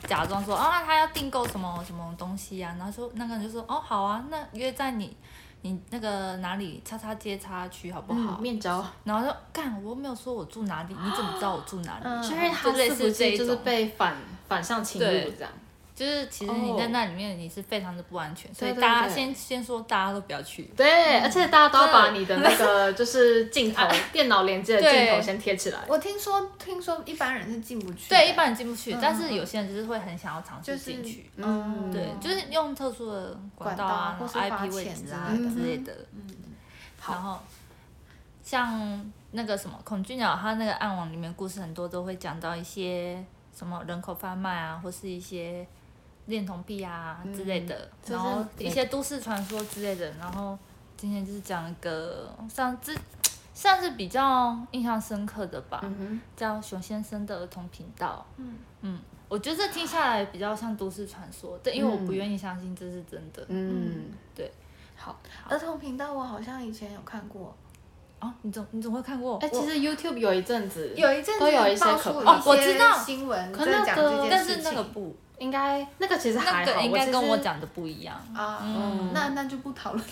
[SPEAKER 3] 假装说啊、他要订购什么什么东西啊，然后说那个人就说哦好啊，那约在你你那个哪里叉叉街叉区好不好？
[SPEAKER 2] 嗯面交，
[SPEAKER 3] 然后就干，我又没有说我住哪里，你怎么知道我住哪里？
[SPEAKER 1] 嗯
[SPEAKER 2] 所以它
[SPEAKER 3] 就类
[SPEAKER 2] 是不
[SPEAKER 3] 似这
[SPEAKER 2] 是
[SPEAKER 3] 一
[SPEAKER 2] 就是
[SPEAKER 3] 种
[SPEAKER 2] 被反反向侵入
[SPEAKER 3] 对
[SPEAKER 2] 这样？
[SPEAKER 3] 就是其实你在那里面你是非常的不安全，所以
[SPEAKER 2] 对对
[SPEAKER 3] 大家
[SPEAKER 2] 对
[SPEAKER 3] 先先说大家都不要去。
[SPEAKER 2] 对，而且大家都要把
[SPEAKER 3] 对
[SPEAKER 2] 你的那个就是镜头，电脑连接的镜头
[SPEAKER 3] 对
[SPEAKER 2] 先贴起来。
[SPEAKER 1] 我听说，听说一般人是进不去的。
[SPEAKER 3] 对，一般人进不去，
[SPEAKER 1] 嗯
[SPEAKER 3] 但是有些人就是会很想要尝
[SPEAKER 1] 就
[SPEAKER 3] 试
[SPEAKER 1] 是
[SPEAKER 3] 进去。
[SPEAKER 2] 嗯
[SPEAKER 3] 对，就是用特殊的管
[SPEAKER 1] 管道
[SPEAKER 3] 道啊，
[SPEAKER 1] 啊
[SPEAKER 3] 然后
[SPEAKER 1] 或是花
[SPEAKER 3] IP 位
[SPEAKER 1] 钱
[SPEAKER 3] 置
[SPEAKER 1] 之
[SPEAKER 3] 啊
[SPEAKER 1] 类的
[SPEAKER 3] 之类的。嗯，然后像那个什么恐惧鸟，它那个暗网里面故事很多都会讲到一些什么人口贩卖啊，或是一些恋童癖啊之类的，
[SPEAKER 2] 就是
[SPEAKER 3] 然后
[SPEAKER 2] 每
[SPEAKER 3] 一些都市传说之类的。然后今天就是讲一个上之。算是比较印象深刻的吧，
[SPEAKER 2] 嗯
[SPEAKER 3] 叫熊先生的儿童频道。
[SPEAKER 1] 嗯
[SPEAKER 3] 嗯，我觉得这听下来比较像都市传说，但因为我不
[SPEAKER 2] 嗯
[SPEAKER 3] 愿意相信这是真的。
[SPEAKER 2] 嗯，
[SPEAKER 3] 对。
[SPEAKER 2] 好，
[SPEAKER 1] 儿童频道，我好像以前有看过，
[SPEAKER 3] 哦，你总你总会看过
[SPEAKER 2] 哎，？其实 YouTube 有一阵子
[SPEAKER 1] 有一阵子
[SPEAKER 2] 都有一些
[SPEAKER 1] 爆
[SPEAKER 2] 可
[SPEAKER 1] 出
[SPEAKER 2] 怕
[SPEAKER 1] 一
[SPEAKER 3] 哦我知
[SPEAKER 1] 些
[SPEAKER 3] 道
[SPEAKER 1] 新闻
[SPEAKER 2] 可
[SPEAKER 1] 在
[SPEAKER 2] 那
[SPEAKER 1] 讲
[SPEAKER 2] 个
[SPEAKER 1] 这件
[SPEAKER 3] 但
[SPEAKER 1] 事
[SPEAKER 3] 是
[SPEAKER 1] 情。
[SPEAKER 3] 那个不，
[SPEAKER 2] 应该那个其实还
[SPEAKER 3] 那
[SPEAKER 2] 好，
[SPEAKER 3] 个应该
[SPEAKER 2] 其
[SPEAKER 3] 跟我
[SPEAKER 2] 实
[SPEAKER 3] 讲的不一样。
[SPEAKER 1] 啊，
[SPEAKER 3] 嗯
[SPEAKER 1] 那那就不讨论。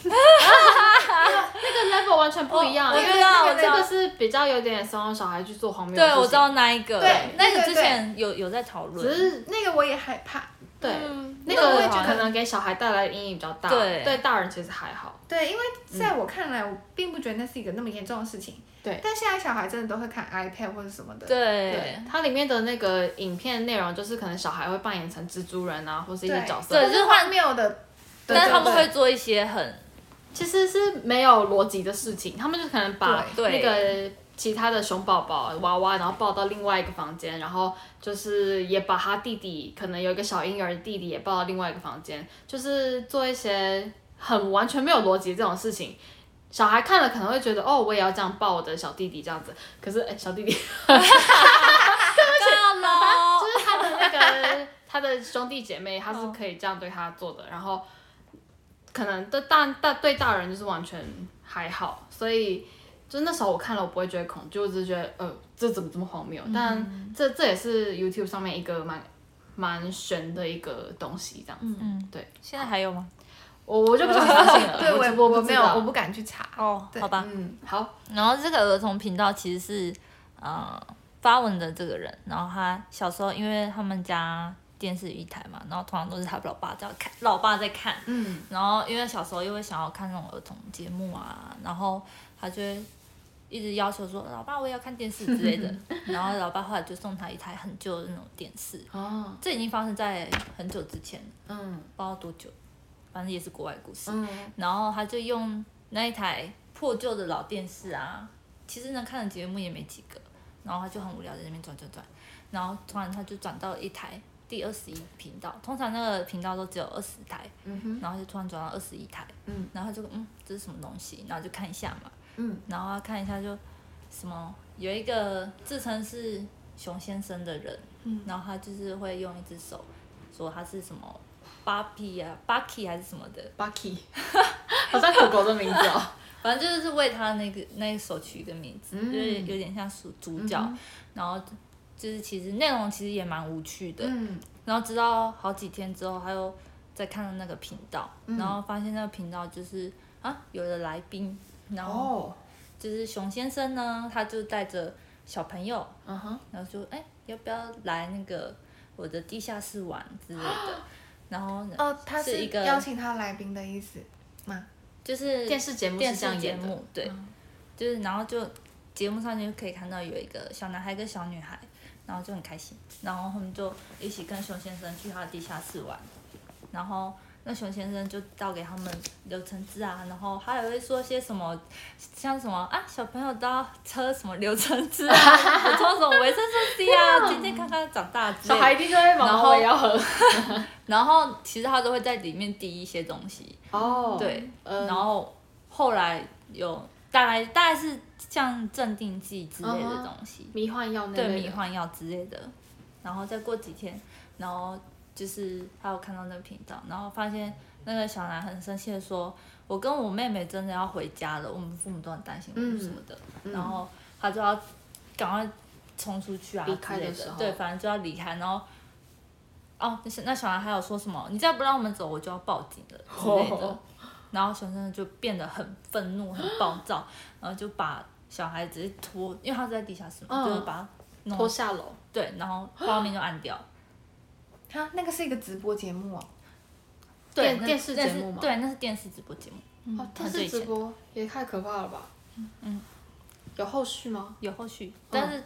[SPEAKER 2] 那个 level 完全不一样，
[SPEAKER 3] 哦我
[SPEAKER 2] 因
[SPEAKER 3] 我
[SPEAKER 2] 为
[SPEAKER 3] 知道
[SPEAKER 2] 那
[SPEAKER 3] 我
[SPEAKER 2] 个
[SPEAKER 3] 知
[SPEAKER 2] 这
[SPEAKER 3] 道
[SPEAKER 2] 个是比较有点怂恿小孩去做荒谬的事
[SPEAKER 3] 对，
[SPEAKER 2] 情。
[SPEAKER 3] 我知道那一个，
[SPEAKER 1] 对
[SPEAKER 3] 那个
[SPEAKER 1] 对对
[SPEAKER 3] 之前有有在讨论。
[SPEAKER 2] 只是
[SPEAKER 1] 那个我也害怕，
[SPEAKER 2] 对
[SPEAKER 3] 嗯
[SPEAKER 2] 那
[SPEAKER 1] 那我也
[SPEAKER 2] 个
[SPEAKER 1] 觉得
[SPEAKER 2] 可能给小孩带来的阴影比较大，
[SPEAKER 3] 对
[SPEAKER 2] 对大人其实还好。
[SPEAKER 1] 对，因为
[SPEAKER 3] 嗯
[SPEAKER 1] 在我看来，我并不觉得那是一个那么严重的事情。
[SPEAKER 2] 对
[SPEAKER 1] 但现在小孩真的都会看 iPad 或者什么的。
[SPEAKER 3] 对
[SPEAKER 2] 它里面的那个影片内容就是可能小孩会扮演成蜘蛛人啊，或是一
[SPEAKER 1] 对
[SPEAKER 2] 些角色
[SPEAKER 3] 对，
[SPEAKER 1] 或是荒谬的，
[SPEAKER 3] 但是他们
[SPEAKER 1] 对
[SPEAKER 3] 会做一些很
[SPEAKER 2] 其实是没有逻辑的事情，他们就可能把那
[SPEAKER 3] 对
[SPEAKER 2] 个其他的熊宝宝娃娃，然后抱到另外一个房间，然后就是也把他弟弟，可能有一个小婴儿的弟弟也抱到另外一个房间，就是做一些很完全没有逻辑这种事情。小孩看了可能会觉得，哦，我也要这样抱我的小弟弟这样子。可是，哎、小弟弟就
[SPEAKER 3] 大喽。
[SPEAKER 2] 是他的那个他的兄弟姐妹，他是可以这样对他做的。然后，可能对大大对大人就是完全还好，所以就那时候我看了，我不会觉得恐惧，我只是觉得，呃，这怎么这么荒谬？但这这也是 YouTube 上面一个蛮蛮悬的一个东西，这样子。
[SPEAKER 3] 嗯，
[SPEAKER 2] 对，
[SPEAKER 3] 现在还有吗？
[SPEAKER 2] 我我就不相信 了，
[SPEAKER 1] 对我
[SPEAKER 2] 我
[SPEAKER 1] 也
[SPEAKER 2] 我
[SPEAKER 1] 我
[SPEAKER 2] 不
[SPEAKER 1] 没
[SPEAKER 2] 知
[SPEAKER 1] 有，
[SPEAKER 2] 道
[SPEAKER 1] 我不敢去查。
[SPEAKER 3] 哦
[SPEAKER 1] 对
[SPEAKER 3] 好吧。
[SPEAKER 2] 嗯，好，
[SPEAKER 3] 然后这个儿童频道其实是，呃，发文的这个人，然后他小时候因为他们家电视一台嘛，然后通常都是他老爸在看，老爸在看，
[SPEAKER 2] 嗯，
[SPEAKER 3] 然后因为小时候又会想要看那种儿童节目啊，然后他就会一直要求说，老爸我也要看电视之类 的，然后老爸后来就送他一台很旧的那种电视，
[SPEAKER 2] 哦，
[SPEAKER 3] 这已经发生在很久之前了，
[SPEAKER 2] 嗯
[SPEAKER 3] 不知道多久，反正也是国外故事，
[SPEAKER 2] 嗯，
[SPEAKER 3] 然后他就用那一台破旧的老电视啊，其实能看的节目也没几个，然后他就很无聊在那边转转转，然后突然他就转到一台第二十一频道，通常那个频道都只有二十台，
[SPEAKER 2] 嗯哼，
[SPEAKER 3] 然后就突然转到二十一台，
[SPEAKER 2] 嗯，
[SPEAKER 3] 然后他就嗯这是什么东西，然后就看一下嘛，
[SPEAKER 2] 嗯，
[SPEAKER 3] 然后他看一下就什么有一个自称是熊先生的人，嗯，然后他就是会用一只手说他是什么。巴皮啊，巴 y 还是什么的，
[SPEAKER 2] ，Bucky，好像狗狗的名字哦，
[SPEAKER 3] 反正就是为他那个那一首取一个名字，就是有点像主主角，然后就是其实内容其实也蛮无趣的，
[SPEAKER 2] 嗯
[SPEAKER 3] 然后直到好几天之后，他又再看了那个频道，然后发现那个频道就是啊有了来宾，然后
[SPEAKER 2] 哦，
[SPEAKER 3] 就是熊先生呢，他就带着小朋友，
[SPEAKER 2] 嗯哼，
[SPEAKER 3] 然后就哎、要不要来那个我的地下室玩之类的，然后呢
[SPEAKER 1] 哦，他
[SPEAKER 3] 是一个
[SPEAKER 1] 邀请他来宾的意思吗？
[SPEAKER 3] 就是
[SPEAKER 2] 电视节目
[SPEAKER 3] 电
[SPEAKER 2] 是这
[SPEAKER 3] 视
[SPEAKER 2] 样
[SPEAKER 3] 节
[SPEAKER 2] 演的，
[SPEAKER 3] 目，对，就是然后就节目上就可以看到有一个小男孩跟小女孩，然后就很开心，然后他们就一起跟熊先生去他的地下室玩，然后那熊先生就倒给他们柳橙汁啊，然后他也会说些什么，像什么啊小朋友都要喝什么柳橙汁啊，补充什么维生素 C 啊，健健康康地长大之类
[SPEAKER 2] 小
[SPEAKER 3] 的
[SPEAKER 2] 孩一定就会
[SPEAKER 3] 然
[SPEAKER 2] 忙，
[SPEAKER 3] 后
[SPEAKER 2] 我也要喝。
[SPEAKER 3] 然后其实他都会在里面滴一些东西，
[SPEAKER 2] 哦，
[SPEAKER 3] 对，呃
[SPEAKER 2] 嗯
[SPEAKER 3] 然后后来有大概大概是像镇定剂之类
[SPEAKER 2] 嗯
[SPEAKER 3] 的东西，
[SPEAKER 2] 迷幻药那
[SPEAKER 3] 对
[SPEAKER 2] 类
[SPEAKER 3] 迷
[SPEAKER 2] 的，
[SPEAKER 3] 幻药之类的，然后再过几天，然后就是他有看到那个频道，然后发现那个小男很生气的说：“我跟我妹妹真的要回家了，我们父母都很担心我们什么的。
[SPEAKER 2] 嗯
[SPEAKER 3] 然后他就要赶快冲出去啊
[SPEAKER 2] 离开
[SPEAKER 3] 之
[SPEAKER 2] 的
[SPEAKER 3] 类
[SPEAKER 2] 时候
[SPEAKER 3] 对，反正就要离开，然后。哦，那小那小男孩有说什么？你再不让我们走，我就要报警了之类的。
[SPEAKER 2] 哦
[SPEAKER 3] 然后熊先生就变得很愤怒、很暴躁，然后就把小孩直接拖，因为他是在地下室嘛，
[SPEAKER 2] 嗯
[SPEAKER 3] 就是把他弄
[SPEAKER 2] 拖下楼，
[SPEAKER 3] 对，然后画面就暗掉。
[SPEAKER 1] 他那个是一个直播节目哦，
[SPEAKER 3] 对，
[SPEAKER 2] 电
[SPEAKER 3] 那
[SPEAKER 2] 电视
[SPEAKER 3] 那
[SPEAKER 2] 节
[SPEAKER 3] 是
[SPEAKER 2] 目嘛
[SPEAKER 3] 对，那是电视直播节目，
[SPEAKER 2] 哦，
[SPEAKER 3] 很
[SPEAKER 2] 电
[SPEAKER 3] 久以
[SPEAKER 2] 视直
[SPEAKER 3] 前
[SPEAKER 2] 播也太可怕了吧？
[SPEAKER 3] 嗯，
[SPEAKER 2] 有后续吗？
[SPEAKER 3] 有后续，
[SPEAKER 2] 嗯
[SPEAKER 3] 但是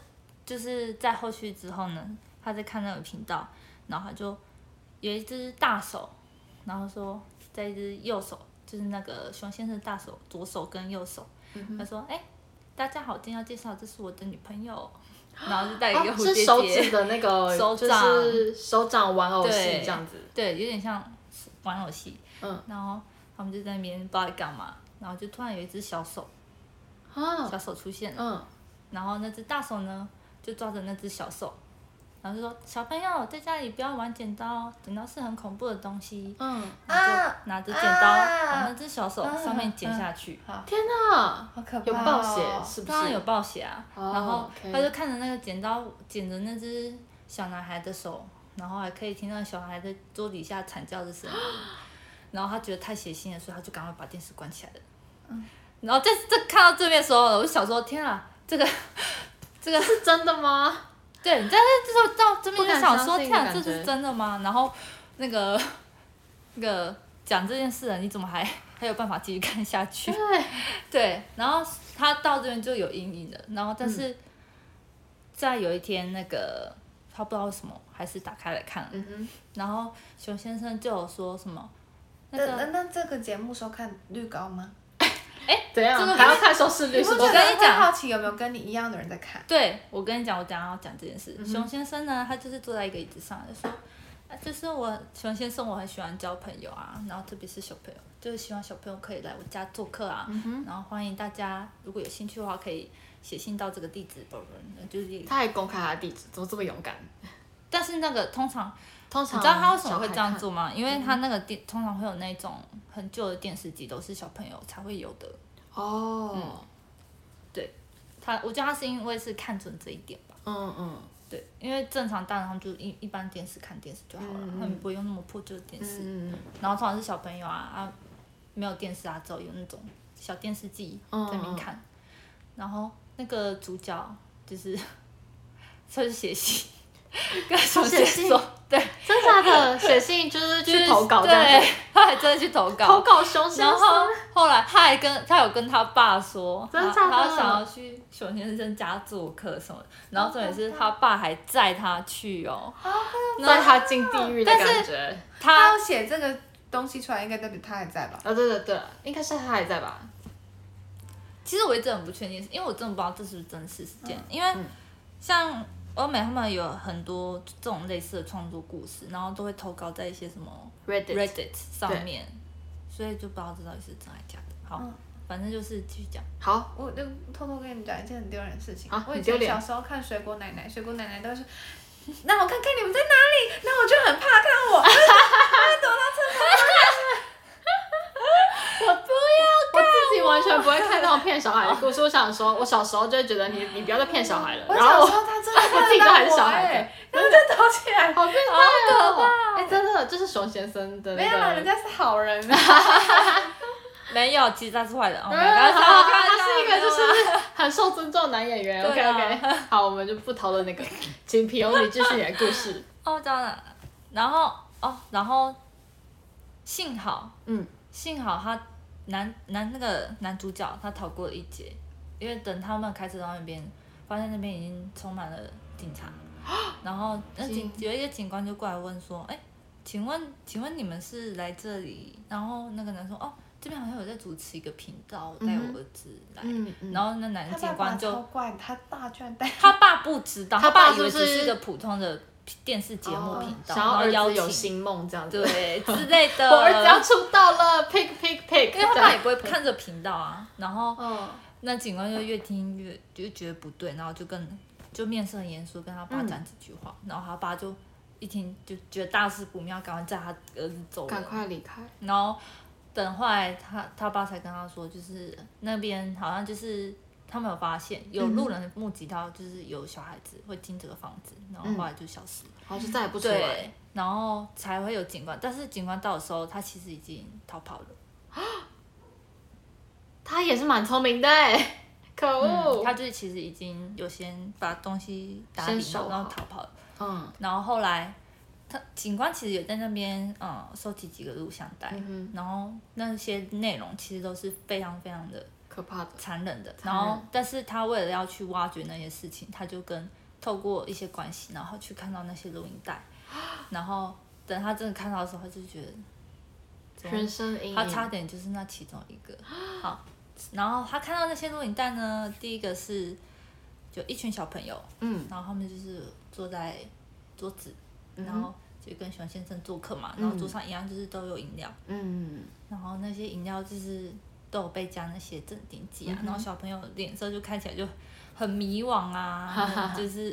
[SPEAKER 3] 就是在后续之后呢，他在看那个频道，然后他就有一只大手，然后说在一只右手，就是那个熊先生的大手，左手跟右手，
[SPEAKER 2] 嗯
[SPEAKER 3] 他说：“哎、大家好，今天要介绍，这是我的女朋友。”然后就带一个
[SPEAKER 2] 哦
[SPEAKER 3] 哎蝴
[SPEAKER 2] 是
[SPEAKER 3] 蝶结，
[SPEAKER 2] 手指的那个，
[SPEAKER 3] 手
[SPEAKER 2] 就
[SPEAKER 3] 掌
[SPEAKER 2] 是手掌玩偶戏
[SPEAKER 3] 对
[SPEAKER 2] 这样子。
[SPEAKER 3] 对，有点像玩偶戏。
[SPEAKER 2] 嗯，
[SPEAKER 3] 然后他们就在那边不知道在干嘛，然后就突然有一只小手，
[SPEAKER 2] 啊，
[SPEAKER 3] 小手出现了，
[SPEAKER 2] 嗯，
[SPEAKER 3] 然后那只大手呢就抓着那只小手，然后就说：“小朋友在家里不要玩剪刀，剪刀是很恐怖的东西。”
[SPEAKER 2] 嗯，
[SPEAKER 3] 然后
[SPEAKER 1] 啊
[SPEAKER 3] 就拿着剪刀
[SPEAKER 1] 啊
[SPEAKER 3] 往那只小手上面剪下去，
[SPEAKER 2] 天哪，
[SPEAKER 1] 好可怕、哦！
[SPEAKER 2] 有暴血是不
[SPEAKER 3] 当然
[SPEAKER 2] 是
[SPEAKER 3] 有？报血啊。
[SPEAKER 2] 哦
[SPEAKER 3] 然后
[SPEAKER 2] OK
[SPEAKER 3] 他就看着那个剪刀剪着那只小男孩的手，然后还可以听到小孩在桌底下惨叫 的声音，然后他觉得太血腥了，所以他就赶快把电视关起来了。
[SPEAKER 2] 嗯
[SPEAKER 3] 然后这这看到这边的时候，我就想说天啊，这个 这个
[SPEAKER 2] 是真的吗？
[SPEAKER 3] 对，你在这时候到这边就想说
[SPEAKER 2] 不敢相信
[SPEAKER 3] 天啊，
[SPEAKER 2] 的
[SPEAKER 3] 这
[SPEAKER 2] 感觉
[SPEAKER 3] 是真的吗？然后那个 那个讲这件事的，你怎么还还有办法继续看下去
[SPEAKER 2] 对？，
[SPEAKER 3] 对，然后他到这边就有阴影了，然后但是在有一天那个他不知道为什么还是打开来看了，
[SPEAKER 2] 嗯哼，
[SPEAKER 3] 然后熊先生就有说什么那
[SPEAKER 1] 那那
[SPEAKER 3] 个。
[SPEAKER 1] 那这个节目收看率高吗？
[SPEAKER 2] 怎样
[SPEAKER 3] 这个？
[SPEAKER 2] 还要看收视率
[SPEAKER 1] 你
[SPEAKER 2] 是
[SPEAKER 1] 不
[SPEAKER 2] 不
[SPEAKER 1] 觉得
[SPEAKER 2] 是？
[SPEAKER 3] 我跟你
[SPEAKER 1] 会
[SPEAKER 3] 讲
[SPEAKER 1] 好奇有没有跟你一样的人在看？
[SPEAKER 3] 对，我跟你讲，我等一下要讲这件事。熊先生呢，他就是坐在一个椅子上，就说，啊，就是我熊先生，我很喜欢交朋友啊，然后特别是小朋友，就是希望小朋友可以来我家做客啊，然后欢迎大家，如果有兴趣的话，可以写信到这个地址，就是，
[SPEAKER 2] 他还公开他的地址，怎么这么勇敢？
[SPEAKER 3] 但是那个通常
[SPEAKER 2] 通常
[SPEAKER 3] 你知道他为什么会
[SPEAKER 2] 小孩
[SPEAKER 3] 这样
[SPEAKER 2] 看？嗯
[SPEAKER 3] 做吗？因为他那个电通常会有那种很旧的电视机，都是小朋友才会有的。
[SPEAKER 2] 哦，
[SPEAKER 3] 他我觉得他是因为是看准这一点吧。
[SPEAKER 2] 嗯嗯
[SPEAKER 3] 对，因为正常大人他们就一一般电视看电视就好了，他们不会用那么破旧的电视。
[SPEAKER 2] 嗯
[SPEAKER 3] 然后通常是小朋友啊啊，没有电视啊，只有有那种小电视机在
[SPEAKER 2] 嗯
[SPEAKER 3] 那边看。然后那个主角就是 他就写信 跟小
[SPEAKER 2] 写
[SPEAKER 3] 姐
[SPEAKER 2] 信
[SPEAKER 3] 说，对，
[SPEAKER 2] 嗯，真假的写信就是
[SPEAKER 3] 就是
[SPEAKER 2] 去投稿这样
[SPEAKER 3] 对
[SPEAKER 2] 子，，
[SPEAKER 3] 他还真的去投稿，
[SPEAKER 2] 投稿熊先
[SPEAKER 3] 然后
[SPEAKER 2] 生，
[SPEAKER 3] 后来他还跟他有跟他爸说，
[SPEAKER 2] 真假
[SPEAKER 3] 他
[SPEAKER 2] 的
[SPEAKER 3] 他想要去熊先生家做客什么的，然后重点是他爸还载他去哦，
[SPEAKER 2] 在他进地狱的感觉。
[SPEAKER 1] 他
[SPEAKER 3] 他
[SPEAKER 2] 啊
[SPEAKER 1] 要写这个东西出来，应该代表他还在吧？
[SPEAKER 2] 啊，对了对了，应该是他还在吧？
[SPEAKER 3] 其实我一直很不确定，因为我真的不知道这是不是真实事件，
[SPEAKER 2] 嗯
[SPEAKER 3] 因为像欧美他们有很多这种类似的创作故事，然后都会投稿在一些什么
[SPEAKER 2] Reddit，
[SPEAKER 3] Reddit 上面，所以就不知道这到底是真还假的。好，
[SPEAKER 1] 嗯
[SPEAKER 3] 反正就是继续讲，
[SPEAKER 2] 好，
[SPEAKER 1] 我就偷偷跟你们讲一件很丢人的事情。
[SPEAKER 2] 啊
[SPEAKER 1] 我以
[SPEAKER 2] 很丢
[SPEAKER 1] 前
[SPEAKER 2] 脸
[SPEAKER 1] 小时候看水果奶奶，水果奶奶都是，让我看看你们在哪里，那我就很怕 看我，
[SPEAKER 2] 我自己完全不会看那种骗小孩的 故事。我想说，我小时候就会觉得你你不要再骗小孩了。
[SPEAKER 1] 我
[SPEAKER 2] 然后
[SPEAKER 1] 小
[SPEAKER 2] 我
[SPEAKER 1] 时候他真的
[SPEAKER 2] 我自己都
[SPEAKER 1] 看
[SPEAKER 2] 还
[SPEAKER 1] 得
[SPEAKER 2] 是
[SPEAKER 1] 到
[SPEAKER 2] 小
[SPEAKER 1] 我欸
[SPEAKER 2] 孩子
[SPEAKER 1] 哎，然后就躲起来。
[SPEAKER 2] 好变态 哦！哎，真的，这是熊先生的
[SPEAKER 1] 没有啦，
[SPEAKER 2] 那
[SPEAKER 1] 人
[SPEAKER 2] 个。
[SPEAKER 1] 家是好人啊。
[SPEAKER 3] 没有，其实他是坏人。哦，没有
[SPEAKER 2] 啊，
[SPEAKER 3] 开玩笑，开玩笑
[SPEAKER 2] 他是一个就是很受尊重的男演员。OK
[SPEAKER 3] 对啊
[SPEAKER 2] OK，好，我们就不讨论 那个，请皮尤你继续你的故事。
[SPEAKER 3] 哦，当然，然后哦，然后幸好
[SPEAKER 2] 嗯，
[SPEAKER 3] 幸好他男男那个男主角他逃过了一劫，因为等他们开车到那边，发现那边已经充满了警察，
[SPEAKER 1] 啊
[SPEAKER 3] 然后那警有一个警官就过来问说，哎，请问请问你们是来这里？然后那个男说，哦，这边好像有在主持一个频道，带
[SPEAKER 1] 嗯
[SPEAKER 3] 我
[SPEAKER 1] 哼
[SPEAKER 3] 儿子来。
[SPEAKER 1] 嗯嗯
[SPEAKER 3] 然后那男
[SPEAKER 1] 他
[SPEAKER 3] 警
[SPEAKER 1] 爸爸
[SPEAKER 3] 官就
[SPEAKER 1] 超怪，他爸居然带
[SPEAKER 3] 他爸不知道，
[SPEAKER 2] 他
[SPEAKER 3] 他
[SPEAKER 2] 爸
[SPEAKER 3] 以为
[SPEAKER 2] 是不
[SPEAKER 3] 只
[SPEAKER 2] 是
[SPEAKER 3] 是个普通的电视节目频道，
[SPEAKER 2] 想要
[SPEAKER 3] 然后
[SPEAKER 2] 儿
[SPEAKER 3] 邀
[SPEAKER 2] 子有
[SPEAKER 3] 请
[SPEAKER 2] 新梦这样子。
[SPEAKER 3] 对之类的。
[SPEAKER 2] 我儿子要出道了，pick pick pick。
[SPEAKER 3] 因为他爸也不会看这频道啊。然后
[SPEAKER 2] 嗯，
[SPEAKER 3] 那警官就越听越就觉得不对，然后就跟就面色很严肃跟他爸讲几句话，然后他爸就一听就觉得大事不妙，赶快叫他儿子走
[SPEAKER 2] 赶。
[SPEAKER 3] 人
[SPEAKER 2] 快离开。
[SPEAKER 3] 然后等后来他他爸才跟他说，就是那边好像就是他们有发现有路人目击到，就是有小孩子会进这个房子，然后后来就消失了。
[SPEAKER 2] 然后就再也不出来。
[SPEAKER 3] 对，然后才会有警官，但是警官到的时候，他其实已经逃跑了。
[SPEAKER 2] 他也是蛮聪明的哎， 可恶。
[SPEAKER 3] 他就是其实已经有先把东西打
[SPEAKER 2] 先
[SPEAKER 3] 理
[SPEAKER 2] 收
[SPEAKER 3] 好，然
[SPEAKER 2] 好
[SPEAKER 3] 后逃跑了。
[SPEAKER 2] 嗯
[SPEAKER 3] 然后后来，他警官其实有在那边嗯收集几个录像带，
[SPEAKER 2] 嗯
[SPEAKER 3] 然后那些内容其实都是非常非常的
[SPEAKER 2] 哼，可怕的。
[SPEAKER 3] 残忍的。
[SPEAKER 2] 残
[SPEAKER 3] 然
[SPEAKER 2] 忍
[SPEAKER 3] 后，但是他为了要去挖掘那些事情，他就跟透过一些关系，然后去看到那些录音 带，然后等他真的看到的时候，他就觉得怎么
[SPEAKER 2] 人生阴影。
[SPEAKER 3] 他差点就是那其中一 个。好，然后他看到那些录影带呢，第一个是就一群小朋友，
[SPEAKER 2] 嗯
[SPEAKER 3] 然后他们就是坐在桌子，
[SPEAKER 2] 嗯哼
[SPEAKER 3] 然后就跟熊先生做客嘛，
[SPEAKER 2] 嗯
[SPEAKER 3] 然后桌上一样就是都有饮料，
[SPEAKER 2] 嗯
[SPEAKER 3] 然后那些饮料就是都有被加那些镇定
[SPEAKER 2] 嗯
[SPEAKER 3] 剂啊，然后小朋友脸色就看起来就很迷惘啊，就是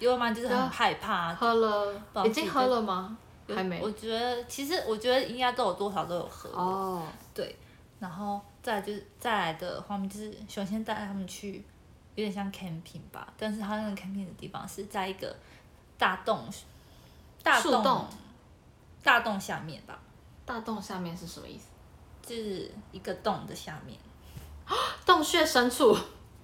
[SPEAKER 3] 因为嘛就是很害怕啊、
[SPEAKER 2] 喝了
[SPEAKER 3] 不，好
[SPEAKER 2] 已
[SPEAKER 3] 意思
[SPEAKER 2] 嗯经喝了吗？
[SPEAKER 3] 有
[SPEAKER 2] 还没
[SPEAKER 3] 我。觉得其实我觉得应该都有多少都有喝过
[SPEAKER 2] 哦，
[SPEAKER 3] 对，然后再来就是再来的画面就是首先带他们去，有点像 camping 吧，但是他那个 camping 的地方是在一个大洞，大
[SPEAKER 2] 树
[SPEAKER 3] 洞
[SPEAKER 2] 洞
[SPEAKER 3] 大洞下面吧，
[SPEAKER 2] 大洞下面是什么意思？
[SPEAKER 3] 就是一个洞的下面
[SPEAKER 2] 洞穴深处，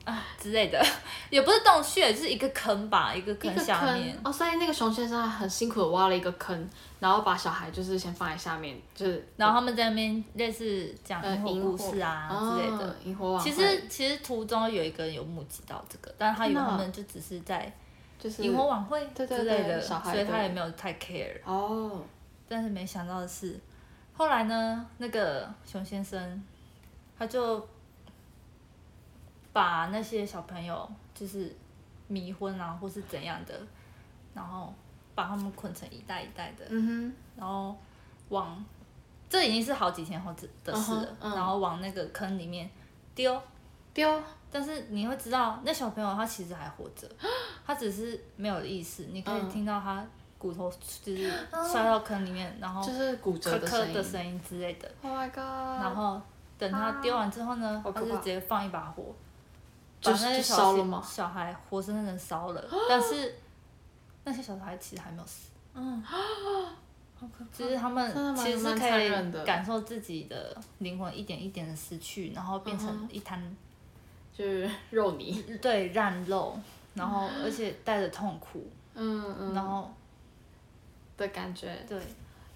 [SPEAKER 3] 啊 之类的，也不是洞穴，就是一个坑吧，一个
[SPEAKER 2] 一
[SPEAKER 3] 坑
[SPEAKER 2] 个
[SPEAKER 3] 下
[SPEAKER 2] 坑
[SPEAKER 3] 面。
[SPEAKER 2] 哦，所以那个熊先生他很辛苦的挖了一个坑，然后把小孩就是先放在下面，就是
[SPEAKER 3] 然后他们在那边类似讲
[SPEAKER 2] 呃
[SPEAKER 3] 萤火
[SPEAKER 2] 萤
[SPEAKER 3] 故
[SPEAKER 2] 火
[SPEAKER 3] 事啊之类的
[SPEAKER 2] 哦，萤火晚会
[SPEAKER 3] 其实其实途中有一个人有目击到这个，但是他以为
[SPEAKER 2] 天哪
[SPEAKER 3] 他们就只是在
[SPEAKER 2] 就是
[SPEAKER 3] 萤火晚会
[SPEAKER 2] 对
[SPEAKER 3] 之
[SPEAKER 2] 对对
[SPEAKER 3] 类的，
[SPEAKER 2] 小孩
[SPEAKER 3] 所以
[SPEAKER 2] 的
[SPEAKER 3] 他也没有太 care。
[SPEAKER 2] 哦，
[SPEAKER 3] 但是没想到的是，后来呢，那个熊先生他就把那些小朋友就是迷昏啊，或是怎样的，然后把他们捆成一袋一袋的，
[SPEAKER 2] 嗯
[SPEAKER 3] 然后往这已经是好几天后的的事了，
[SPEAKER 2] 嗯哼嗯
[SPEAKER 3] 然后往那个坑里面丢。
[SPEAKER 2] 哼，丢，
[SPEAKER 3] 但是你会知道，那小朋友他其实还活 着，他只是没有意识。你可以
[SPEAKER 2] 嗯哦
[SPEAKER 3] 听到他骨头就是摔到坑里面，然后
[SPEAKER 2] 就是骨折
[SPEAKER 3] 磕
[SPEAKER 2] 的
[SPEAKER 3] 磕
[SPEAKER 2] 声
[SPEAKER 3] 的
[SPEAKER 2] 音。
[SPEAKER 3] 声音之类的。
[SPEAKER 2] Oh my god！
[SPEAKER 3] 然后等他丢完之后呢，
[SPEAKER 2] 好
[SPEAKER 3] 他
[SPEAKER 2] 可
[SPEAKER 3] 就
[SPEAKER 2] 怕
[SPEAKER 3] 直接放一把火，把
[SPEAKER 2] 就
[SPEAKER 3] 那些
[SPEAKER 2] 就
[SPEAKER 3] 小
[SPEAKER 2] 烧了
[SPEAKER 3] 小
[SPEAKER 2] 吗
[SPEAKER 3] 小孩活生生的 烧了，但是那些小孩其实还没有死。嗯，就是他
[SPEAKER 2] 真的
[SPEAKER 3] 们
[SPEAKER 2] 蛮
[SPEAKER 3] 其实是
[SPEAKER 2] 蛮
[SPEAKER 3] 可
[SPEAKER 2] 残忍的
[SPEAKER 3] 以感受自己的灵魂一点一点的失去，然后变
[SPEAKER 2] 嗯
[SPEAKER 3] 成一滩
[SPEAKER 2] 就是肉泥，
[SPEAKER 3] 对烂肉，然后而且带着痛苦，
[SPEAKER 2] 嗯嗯，
[SPEAKER 3] 然后
[SPEAKER 2] 的感觉。
[SPEAKER 3] 对，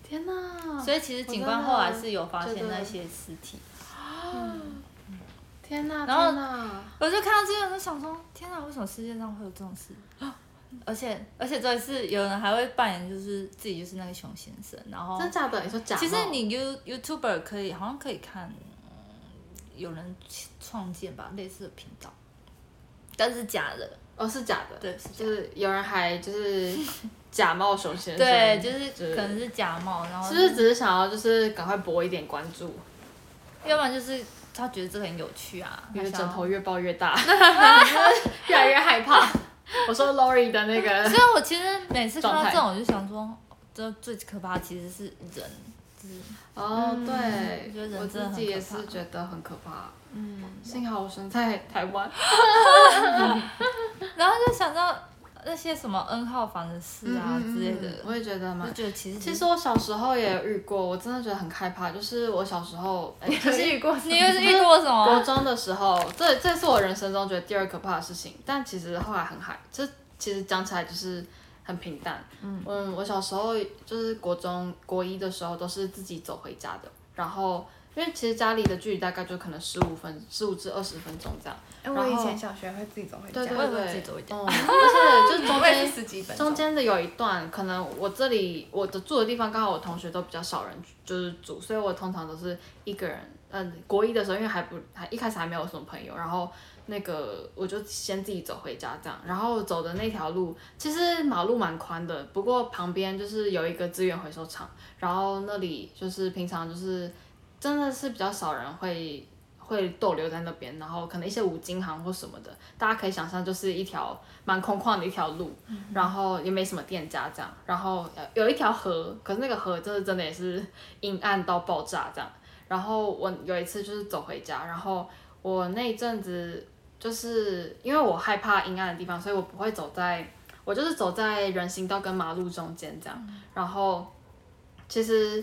[SPEAKER 2] 天哪！
[SPEAKER 3] 所以其实警官后来是有发现那些尸体，
[SPEAKER 2] 天哪！
[SPEAKER 3] 然后
[SPEAKER 2] 天哪！
[SPEAKER 3] 我就看到这个，我就想说，天哪，为什么世界上会有这种事？而且而且这一次有人还会扮演，就是自己就是那个熊先生，然后
[SPEAKER 2] 真假的？你说假冒？
[SPEAKER 3] 其实你 You YouTuber 可以好像可以看，嗯有人创建吧类似的频道，但是假的，
[SPEAKER 2] 哦是假的，
[SPEAKER 3] 对，是假
[SPEAKER 2] 就
[SPEAKER 3] 的，
[SPEAKER 2] 是有人还就是假冒熊先生，
[SPEAKER 3] 对，就是
[SPEAKER 2] 是
[SPEAKER 3] 可能是假冒，然后
[SPEAKER 2] 是不是只是想要就是赶快博一点关注，
[SPEAKER 3] 要不然就是他觉得这个很有趣啊，
[SPEAKER 2] 因
[SPEAKER 3] 他
[SPEAKER 2] 为
[SPEAKER 3] 想
[SPEAKER 2] 枕
[SPEAKER 3] 要
[SPEAKER 2] 头越抱越大，越来越害怕。我说 Lori 的那个，
[SPEAKER 3] 所以我其实每次看到这种，我就想说，这最可怕的其实是人，就是
[SPEAKER 2] 哦
[SPEAKER 1] 嗯
[SPEAKER 3] 我觉得
[SPEAKER 2] 对，
[SPEAKER 3] 人
[SPEAKER 2] 我
[SPEAKER 3] 真的
[SPEAKER 2] 自
[SPEAKER 3] 很
[SPEAKER 2] 己也
[SPEAKER 3] 可怕
[SPEAKER 2] 是觉得很可怕。
[SPEAKER 3] 嗯，
[SPEAKER 2] 幸好我身在台湾，
[SPEAKER 3] 然后就想到，那些什么 N 号房的事啊
[SPEAKER 1] 嗯嗯嗯
[SPEAKER 3] 之类
[SPEAKER 2] 嗯
[SPEAKER 3] 的，
[SPEAKER 2] 我也觉得蛮
[SPEAKER 3] 就觉得其实
[SPEAKER 2] 其实我小时候也有遇过，我真的觉得很害怕。就是我小时候，哎、
[SPEAKER 1] 可是遇过什么
[SPEAKER 3] 你又是遇过什
[SPEAKER 2] 国
[SPEAKER 3] 么？
[SPEAKER 2] 中的时候，这这是我人生中觉得第二可怕的事情。但其实后来很害，这其实讲起来就是很平淡。嗯我小时候就是国中国一的时候都是自己走回家的，然后因为其实家里的距离大概就可能十五分十五至二十分钟这样。
[SPEAKER 1] 哎我
[SPEAKER 2] 然
[SPEAKER 1] 以
[SPEAKER 2] 后
[SPEAKER 1] 前小学会自己走回家，
[SPEAKER 2] 对对
[SPEAKER 3] 我也
[SPEAKER 2] 对，
[SPEAKER 3] 会自己走一点
[SPEAKER 2] 嗯，而且就是中
[SPEAKER 1] 我也
[SPEAKER 2] 间
[SPEAKER 1] 是十几分钟
[SPEAKER 2] 中间的有一段，可能我这里我的住的地方刚好我同学都比较少人就是住，所以我通常都是一个人。嗯，国一的时候，因为还不还一开始还没有什么朋友，然后那个我就先自己走回家这样，然后走的那条路其实马路蛮宽的，不过旁边就是有一个资源回收厂，然后那里就是平常就是真的是比较少人会会逗留在那边，然后可能一些五金行或什么的，大家可以想象就是一条蛮空旷的一条路，然后也没什么店家这样，然后呃有一条河，可是那个河真的真的也是阴暗到爆炸这样。然后我有一次就是走回家，然后我那一阵子就是因为我害怕阴暗的地方，所以我不会走在，我就是走在人行道跟马路中间这样。然后其实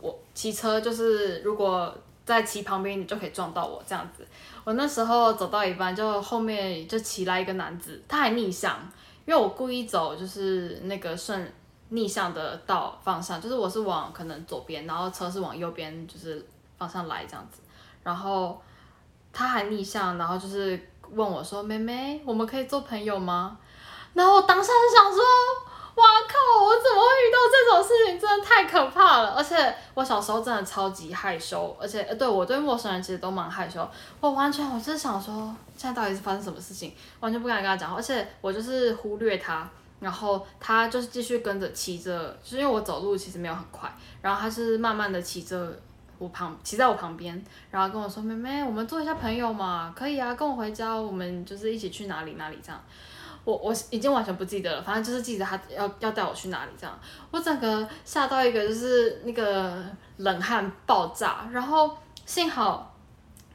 [SPEAKER 2] 我骑车就是如果在骑旁边，你就可以撞到我这样子。我那时候走到一半，就后面就骑来一个男子，他还逆向，因为我故意走就是那个顺逆向的道方向，就是我是往可能左边，然后车是往右边就是方向来这样子，然后他还逆向，然后就是问我说：“妹妹，我们可以做朋友吗？”然后我当下就想说。哇靠！我怎么会遇到这种事情？真的太可怕了！而且我小时候真的超级害羞，而且呃，对我对陌生人其实都蛮害羞。我完全，我就是想说，现在到底是发生什么事情，完全不敢跟他讲话。而且我就是忽略他，然后他就是继续跟着骑着，就是因为我走路其实没有很快，然后他是慢慢的骑着。我旁骑在我旁边，然后跟我说：“妹妹，我们做一下朋友嘛，可以啊，跟我回家，我们就是一起去哪里哪里这样。”我我已经完全不记得了，反正就是记得他要要带我去哪里这样，我整个吓到一个就是那个冷汗爆炸，然后幸好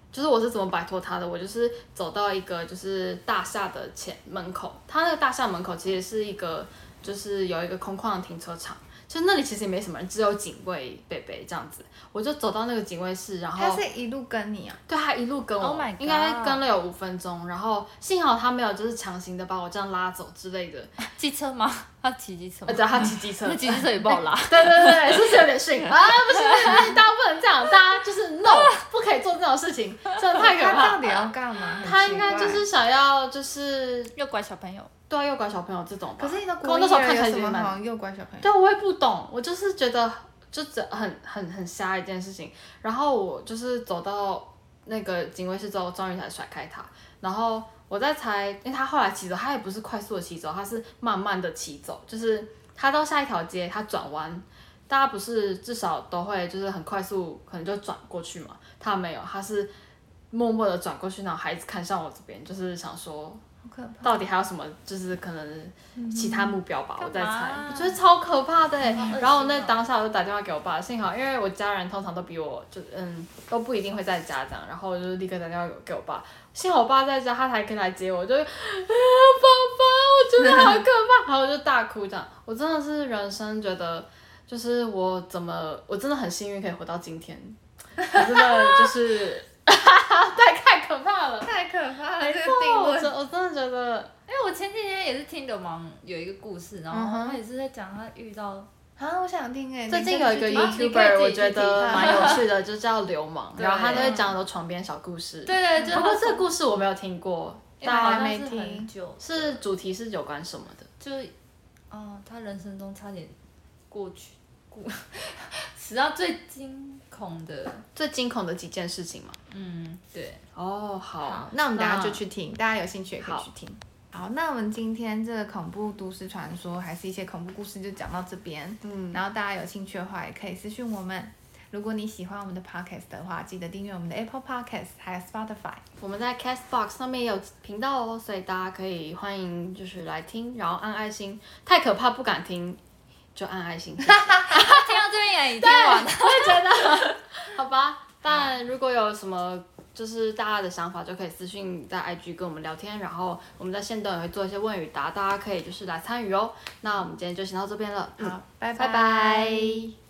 [SPEAKER 2] 就是我是怎么摆脱他的，我就是走到一个就是大厦的前门口，他那个大厦门口其实是一个就是有一个空旷的停车场，就那里其实也没什么人，只有警卫贝贝这样子，我就走到那个警卫室，然后
[SPEAKER 1] 他是一路跟你啊，
[SPEAKER 2] 对他一路跟我
[SPEAKER 3] Oh my god
[SPEAKER 2] 应该跟了有五分钟，然后幸好他没有就是强行的把我这样拉走之类的，
[SPEAKER 3] 机车吗？ 他骑机车吗
[SPEAKER 2] 呃，？对，他骑机车，哎
[SPEAKER 3] 那
[SPEAKER 2] 对
[SPEAKER 3] 骑机车也不好拉。
[SPEAKER 2] 对对对，是不是有点逊 啊？不行，大家不能这样，大家就是 no，不可以做这种事情，真的太可
[SPEAKER 1] 啊 他
[SPEAKER 2] 怕
[SPEAKER 1] 到。底要干嘛？
[SPEAKER 2] 他
[SPEAKER 1] 很奇
[SPEAKER 2] 应
[SPEAKER 1] 怪
[SPEAKER 2] 该就是想要就是
[SPEAKER 3] 诱拐小朋友，
[SPEAKER 2] 对啊，诱拐小朋友这种吧。
[SPEAKER 1] 可是你的
[SPEAKER 2] 我
[SPEAKER 1] 国
[SPEAKER 2] 那
[SPEAKER 1] 一
[SPEAKER 2] 时候看
[SPEAKER 1] 人
[SPEAKER 2] 起来
[SPEAKER 1] 有
[SPEAKER 2] 觉
[SPEAKER 1] 什
[SPEAKER 2] 得
[SPEAKER 1] 么
[SPEAKER 2] 蛮
[SPEAKER 1] 好诱拐小朋友？
[SPEAKER 2] 对，我也不懂，我就是觉得就是很很很瞎一件事情。然后我就是走到那个警卫室之后，终于才甩开他。然后我在猜，因为他后来骑走，他也不是快速的骑走，他是慢慢的骑走，就是他到下一条街，他转弯。大家不是至少都会就是很快速，可能就转过去嘛。他没有，他是默默的转过去，然后孩子看向我这边，就是想说
[SPEAKER 1] 好可怕！
[SPEAKER 2] 到底还有什么，就是可能其他目标吧，
[SPEAKER 3] 嗯
[SPEAKER 2] 我在
[SPEAKER 3] 干嘛
[SPEAKER 2] 猜
[SPEAKER 3] 啊，
[SPEAKER 2] 我觉得超可怕的欸、
[SPEAKER 3] 好恶心哦
[SPEAKER 2] 然后那当下我就打电话给我爸，幸好因为我家人通常都比我就嗯都不一定会在家这样，然后我就立刻打电话给我爸，幸好我爸在家，他才可以来接我，我就、啊、爸爸，我觉得好可怕，然后我就大哭这样，我真的是人生觉得就是我怎么我真的很幸运可以活到今天，我真的就是 太太可怕了，
[SPEAKER 1] 太可怕了，
[SPEAKER 2] 没
[SPEAKER 1] 这
[SPEAKER 2] 错
[SPEAKER 1] 个，定
[SPEAKER 2] 我
[SPEAKER 1] 论。
[SPEAKER 2] 真我真的觉得。
[SPEAKER 3] 哎，我前几天也是听的网有一个故事，然
[SPEAKER 1] 嗯
[SPEAKER 3] 后
[SPEAKER 1] 哼
[SPEAKER 3] 他也是在讲他遇到
[SPEAKER 1] 啊，我想听哎、欸。
[SPEAKER 2] 最近
[SPEAKER 1] 你真
[SPEAKER 2] 有
[SPEAKER 1] 的
[SPEAKER 2] 一个
[SPEAKER 1] 去
[SPEAKER 3] 啊
[SPEAKER 1] 听
[SPEAKER 3] 你可以
[SPEAKER 2] YouTuber，
[SPEAKER 3] 自
[SPEAKER 2] 我
[SPEAKER 3] 己
[SPEAKER 2] 觉
[SPEAKER 3] 去听
[SPEAKER 2] 得
[SPEAKER 3] 它
[SPEAKER 2] 蛮有趣的，就叫流氓，
[SPEAKER 3] 对
[SPEAKER 2] 然后他都会讲很多床边小故事。
[SPEAKER 3] 对对，就是
[SPEAKER 2] 不过这个故事我没有听过，
[SPEAKER 1] 好
[SPEAKER 2] 但
[SPEAKER 1] 像没
[SPEAKER 3] 是
[SPEAKER 1] 听
[SPEAKER 3] 很久，
[SPEAKER 2] 是主题是有关什么的？
[SPEAKER 3] 就是，哦，他人生中差点过去过， 史到最惊恐的，
[SPEAKER 2] 最惊恐的几件事情嘛。
[SPEAKER 3] 嗯，对，
[SPEAKER 2] 哦，好
[SPEAKER 1] 好，，那我们等下
[SPEAKER 2] 那
[SPEAKER 1] 就去听，大家有兴趣也可以
[SPEAKER 2] 好
[SPEAKER 1] 去听。好，那我们今天这个恐怖都市传说，还是一些恐怖故事，就讲到这边。
[SPEAKER 2] 嗯，
[SPEAKER 1] 然后大家有兴趣的话，也可以私讯我们。如果你喜欢我们的 podcast 的话，记得订阅我们的 Apple Podcast 还有 Spotify。
[SPEAKER 2] 我们在 Castbox 上面也有频道哦，所以大家可以欢迎就是来听，然后按爱心，太可怕不敢听，就按爱心。
[SPEAKER 3] 他听到这边也已经完了，
[SPEAKER 2] 好吧，但如果有什么就是大家的想法就可以私信在 IG 跟我们聊天，然后我们在线动也会做一些问与答，大家可以就是来参与哦。那我们今天就先到这边了，嗯，
[SPEAKER 1] 好，拜
[SPEAKER 2] 拜拜